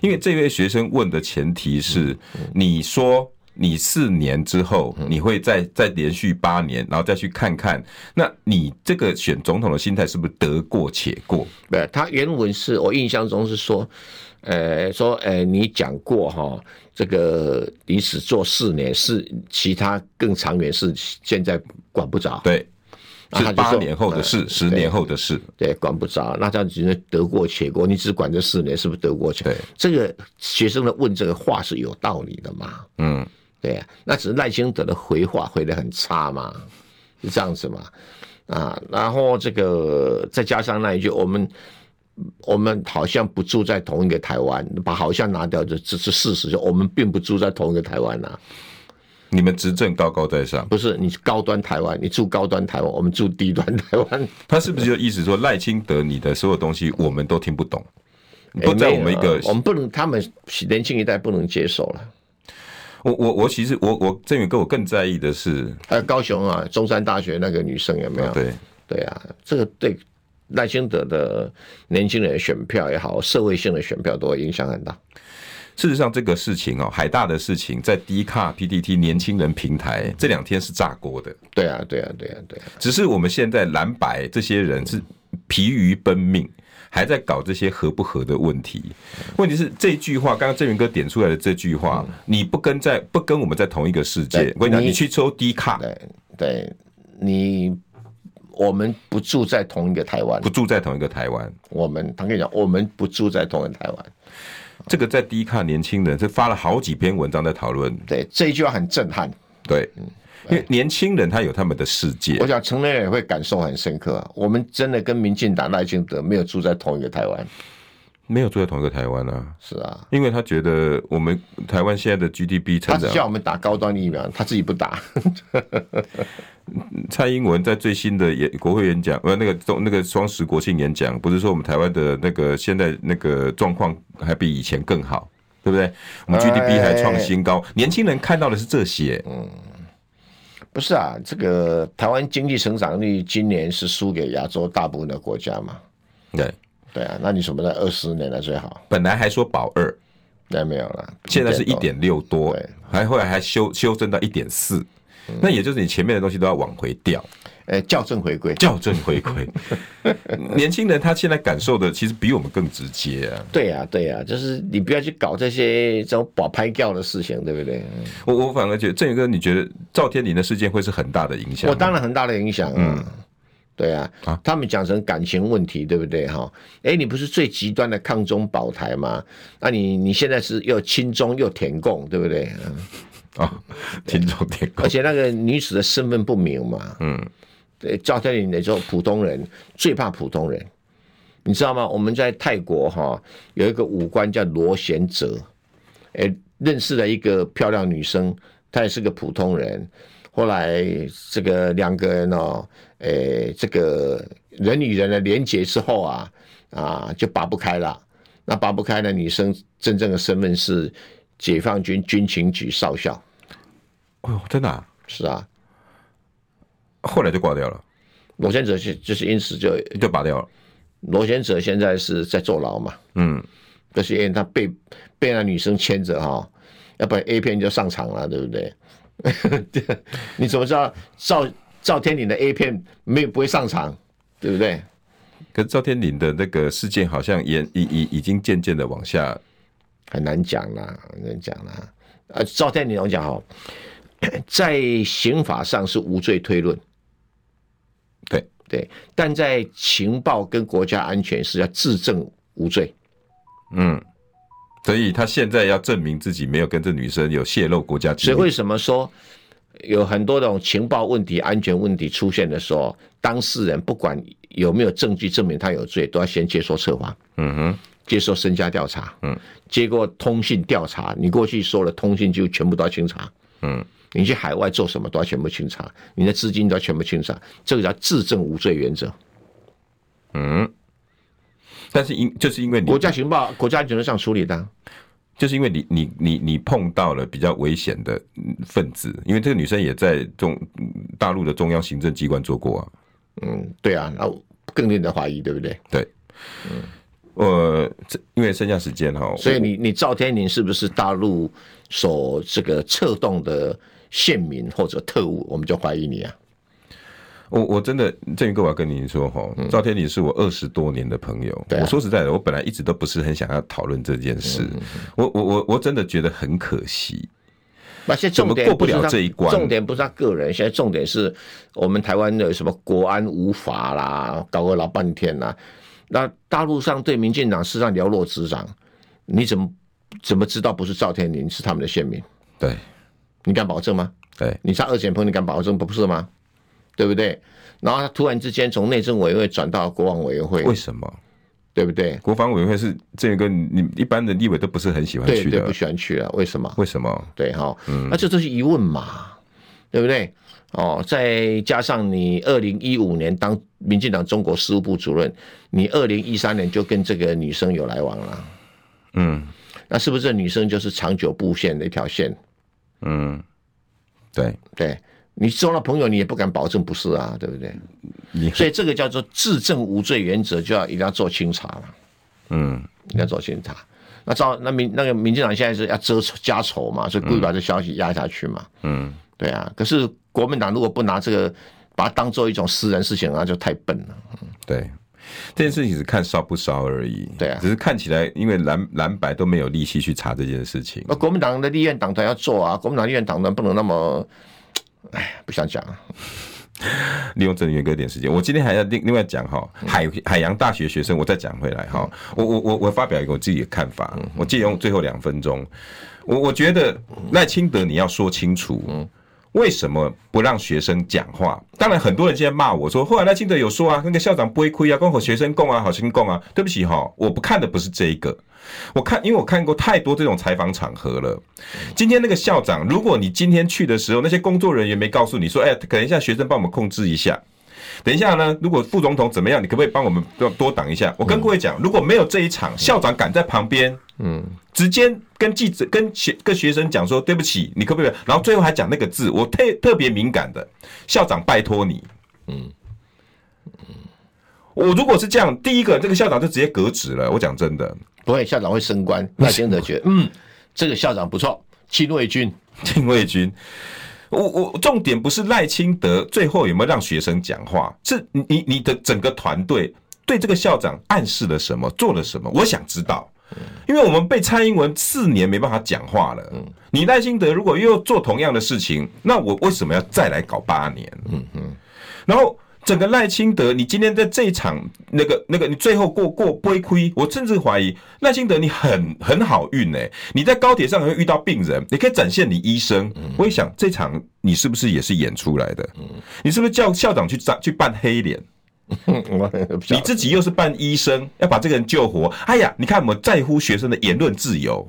Speaker 1: 因为这位学生问的前提是，
Speaker 2: 嗯
Speaker 1: 你说你四年之后，你会再再连续八年，然后再去看看，那你这个选总统的心态是不是得过且过？
Speaker 2: 对，他原文是我印象中是说，呃，说，呃，你讲过哈，这个你只做四年，是其他更长远是现在管不着。
Speaker 1: 对，
Speaker 2: 啊
Speaker 1: 是
Speaker 2: 他就
Speaker 1: 八
Speaker 2: 说
Speaker 1: 年后的事，
Speaker 2: 嗯
Speaker 1: 十年后的事。
Speaker 2: 对，管不着，那这样只能得过且过。你只管这四年，是不是得过且过？
Speaker 1: 对
Speaker 2: 这个学生的问这个话是有道理的嘛？
Speaker 1: 嗯，
Speaker 2: 对呀、那只是赖清德的回话回得很差嘛，是这样子嘛？啊，然后这个再加上那一句，我们我们好像不住在同一个台湾，把好像拿掉，这这是事实，就我们并不住在同一个台湾啊。
Speaker 1: 你们执政高高在上，
Speaker 2: 不是你高端台湾，你住高端台湾，我们住低端台湾。
Speaker 1: 他是不是就意思说赖清德你的所有东西我们都听不懂，不在我们一个
Speaker 2: 哎没有我们不能，他们年轻一代不能接受了。
Speaker 1: 我我我其实我我郑远哥我更在意的是，
Speaker 2: 还有高雄啊，中山大学那个女生有没有？
Speaker 1: 对
Speaker 2: 对啊，这个对赖清德的年轻人的选票也好，社会性的选票都会影响很大。
Speaker 1: 事实上，这个事情哦，海大的事情，在 D 卡 PDT 年轻人平台这两天是炸锅的，
Speaker 2: 对啊，对啊，对啊，对啊，
Speaker 1: 只是我们现在蓝白这些人是疲于奔命，还在搞这些合不合的问题。问题是这句话，刚刚郑源哥点出来的这句话，你不跟在不跟我们在同一个世界
Speaker 2: 嗯对，
Speaker 1: 我跟你讲，
Speaker 2: 你
Speaker 1: 你去抽 D 卡，
Speaker 2: 对对，你我们不住在同一个台湾
Speaker 1: 不，住在同一个台湾，
Speaker 2: 我们他跟你讲，我们不住在同一个台湾。
Speaker 1: 这个在 D 卡年轻人是发了好几篇文章在讨论，
Speaker 2: 对，这一句话很震撼，
Speaker 1: 对，因为年轻人他有他们的世界
Speaker 2: 嗯我。想成年人也会感受很深刻、啊。我们真的跟民进党赖清德没有住在同一个台湾，
Speaker 1: 没有住在同一个台湾啊，
Speaker 2: 是啊。
Speaker 1: 因为他觉得我们台湾现在的 GDP
Speaker 2: 他
Speaker 1: 成
Speaker 2: 只叫
Speaker 1: 长，
Speaker 2: 我们打高端疫苗，他自己不打。
Speaker 1: 蔡英文在最新的演国会演讲，呃，那个中那个双十国庆演讲，不是说我们台湾的那个现在那个状况还比以前更好，对不对？我们 GDP 还创新高，
Speaker 2: 哎
Speaker 1: 年轻人看到的是这些，
Speaker 2: 嗯不是啊，这个台湾经济成长率今年是输给亚洲大部分的国家嘛？
Speaker 1: 对，
Speaker 2: 对啊，那你什么在二十年来最好？
Speaker 1: 本来还说保二，
Speaker 2: 那没有了，
Speaker 1: 现在是一
Speaker 2: 多
Speaker 1: 点六多
Speaker 2: 对，
Speaker 1: 还后来还修修正到一点四。那也就是你前面的东西都要往回掉，
Speaker 2: 呃校正回归。
Speaker 1: 校正回归。年轻人他现在感受的其实比我们更直接啊。
Speaker 2: 对呀、对呀、就是你不要去搞这些这种保拍掉的事情，对不对？
Speaker 1: 我我反而觉得郑宇哥，你觉得赵天麟的事件会是很大的影响吗？
Speaker 2: 我当然很大的影响啊。对啊，他们讲成感情问题，对不对哈？哎，你不是最极端的抗中保台吗？那你你现在是又亲中又舔共，对不对？嗯
Speaker 1: 啊，听众点过
Speaker 2: 而，且那个女子的身份不明嘛，嗯，对，赵天麟那种普通人最怕普通人，你知道吗？我们在泰国哈有一个武官叫罗贤哲，哎、认识了一个漂亮女生，她也是个普通人，后来这个两个人哦，哎、这个人与人的连结之后啊，啊就拔不开了。那拔不开的女生真正的身份是解放军军情局少校，
Speaker 1: 哎呦，真的、啊，
Speaker 2: 是啊，
Speaker 1: 后来就挂掉了，
Speaker 2: 罗先哲是就是因此就
Speaker 1: 就拔掉了。
Speaker 2: 罗先哲现在是在坐牢嘛，
Speaker 1: 嗯，
Speaker 2: 就是因为他被被那女生牵着哈，要不然 A 片就上场了，对不对？ 你怎么知道赵赵天麟的 A 片没有不会上场，对不对？
Speaker 1: 可是赵天麟的那个事件好像也已已已经渐渐的往下，
Speaker 2: 很难讲啦，很难讲啦。呃，赵天麟我讲哈，在刑法上是无罪推论，
Speaker 1: 对
Speaker 2: 对，但在情报跟国家安全是要自证无罪。
Speaker 1: 嗯，所以他现在要证明自己没有跟这女生有泄露国家机
Speaker 2: 所以为
Speaker 1: 密。
Speaker 2: 什么说有很多种情报问题、安全问题出现的时候，当事人不管有没有证据证明他有罪，都要先接受测谎，
Speaker 1: 嗯哼，
Speaker 2: 接受身家调查，嗯，接过通信调查，你过去说了通信就全部都要清查，嗯，你去海外做什么都要全部清查，你的资金都要全部清查，这个叫自证无罪原则。
Speaker 1: 但是因就是因为你
Speaker 2: 国家情报、国家安全上处理的啊、
Speaker 1: 就是因为你你你你碰到了比较危险的嗯分子，因为这个女生也在中大陆的中央行政机关做过啊，
Speaker 2: 嗯，对啊，那更令人怀疑，对不对？
Speaker 1: 对，呃，这因为剩下时间哈，
Speaker 2: 嗯所以
Speaker 1: 我
Speaker 2: 你你赵天林是不是大陆所这个策动的县民或者特务，我们就怀疑你啊。
Speaker 1: 我我真的郑宇哥，我要跟您说哈，赵天林是我二十多年的朋友。
Speaker 2: 嗯对啊嗯
Speaker 1: 我说实在的，我本来一直都不是很想要讨论这件事，我我我我真的觉得很可惜。
Speaker 2: 那现在重点
Speaker 1: 怎么过不
Speaker 2: 是
Speaker 1: 了
Speaker 2: 他
Speaker 1: 这一关
Speaker 2: 重点不是他个人，现在重点是我们台湾的什么国安无法啦，搞个老半天啦。那大陆上对民进党事实上了若指掌，你怎么怎么知道不是赵天林是他们的县民？
Speaker 1: 对
Speaker 2: 你敢保证吗？
Speaker 1: 对，
Speaker 2: 你差二线朋友，你敢保证不是吗？对不对？然后他突然之间从内政委员会转到国防委员会，
Speaker 1: 为什么
Speaker 2: 对不对？
Speaker 1: 国防委员会是郑宇哥，你你一般的立委都不是很喜欢
Speaker 2: 对
Speaker 1: 去
Speaker 2: 对，
Speaker 1: 的
Speaker 2: 不？喜欢去了，为什么？
Speaker 1: 为什么？
Speaker 2: 对哈，那这都是疑问嘛，对不对？哦，再加上你二零一五年当民进党中国事务部主任，你二零一三年就跟这个女生有来往了，
Speaker 1: 嗯
Speaker 2: 那是不是这女生就是长久布线的一条线？
Speaker 1: 嗯，对
Speaker 2: 对你交了朋友，你也不敢保证不是啊，对不对？
Speaker 1: 你
Speaker 2: 所以这个叫做自证无罪原则，就要一定要做清查了，
Speaker 1: 嗯
Speaker 2: 一定要做清查。那照那民那个民进党现在是要遮丑加丑嘛，所以故意把这消息压下去嘛。
Speaker 1: 嗯，
Speaker 2: 对啊，可是国民党如果不拿这个，把它当做一种私人事情，那就太笨了。
Speaker 1: 对。这件事情只看烧不烧而已，
Speaker 2: 对啊
Speaker 1: 只是看起来因为蓝蓝白都没有力气去查这件事情
Speaker 2: 那，国民党的立院党团要做啊，国民党立院党团不能那么，哎，不想讲了。
Speaker 1: 利用郑源哥一点时间，我今天还要另另外讲哈，海海洋大学学生，我再讲回来哈，我我我我发表一个我自己的看法，我借用最后两分钟，我我觉得赖清德你要说清楚，为什么不让学生讲话？当然很多人现在骂我说，后来赖清德有说啊，那个校长不会亏啊，跟我学生共啊，好心共啊，对不起哈，我不看的不是这一个，我看，因为我看过太多这种采访场合了。今天那个校长，如果你今天去的时候，那些工作人员没告诉你说，哎，等一下学生帮我们控制一下。等一下呢，如果副总统怎么样，你可不可以帮我们多多挡一下？我跟各位讲，如果没有这一场，校长赶在旁边，嗯，直接跟记者、跟学、跟学生讲说，对不起，你可不可以？然后最后还讲那个字，我特特别敏感的，校长拜托你，嗯，我如果是这样，第一个这个校长就直接革职了。我讲真的，
Speaker 2: 不会，校长会升官。赖清德觉得，嗯，这个校长不错，亲卫军。
Speaker 1: 禁卫军。我我重点不是赖清德最后有没有让学生讲话，是你你你的整个团队对这个校长暗示了什么，做了什么，我想知道。因为我们被蔡英文四年没办法讲话了，你赖清德如果又做同样的事情，那我为什么要再来搞八年？然后整个赖清德，你今天在这一场那个那个，你最后过过不会亏，我甚至怀疑赖清德你很很好运哎、你在高铁上还会遇到病人，你可以展现你医生。我一想这场你是不是也是演出来的？你是不是叫校长去扎去扮黑脸？你
Speaker 2: 你嗯
Speaker 1: 自己又是扮医生，要把这个人救活。哎呀，你看我们在乎学生的言论自由，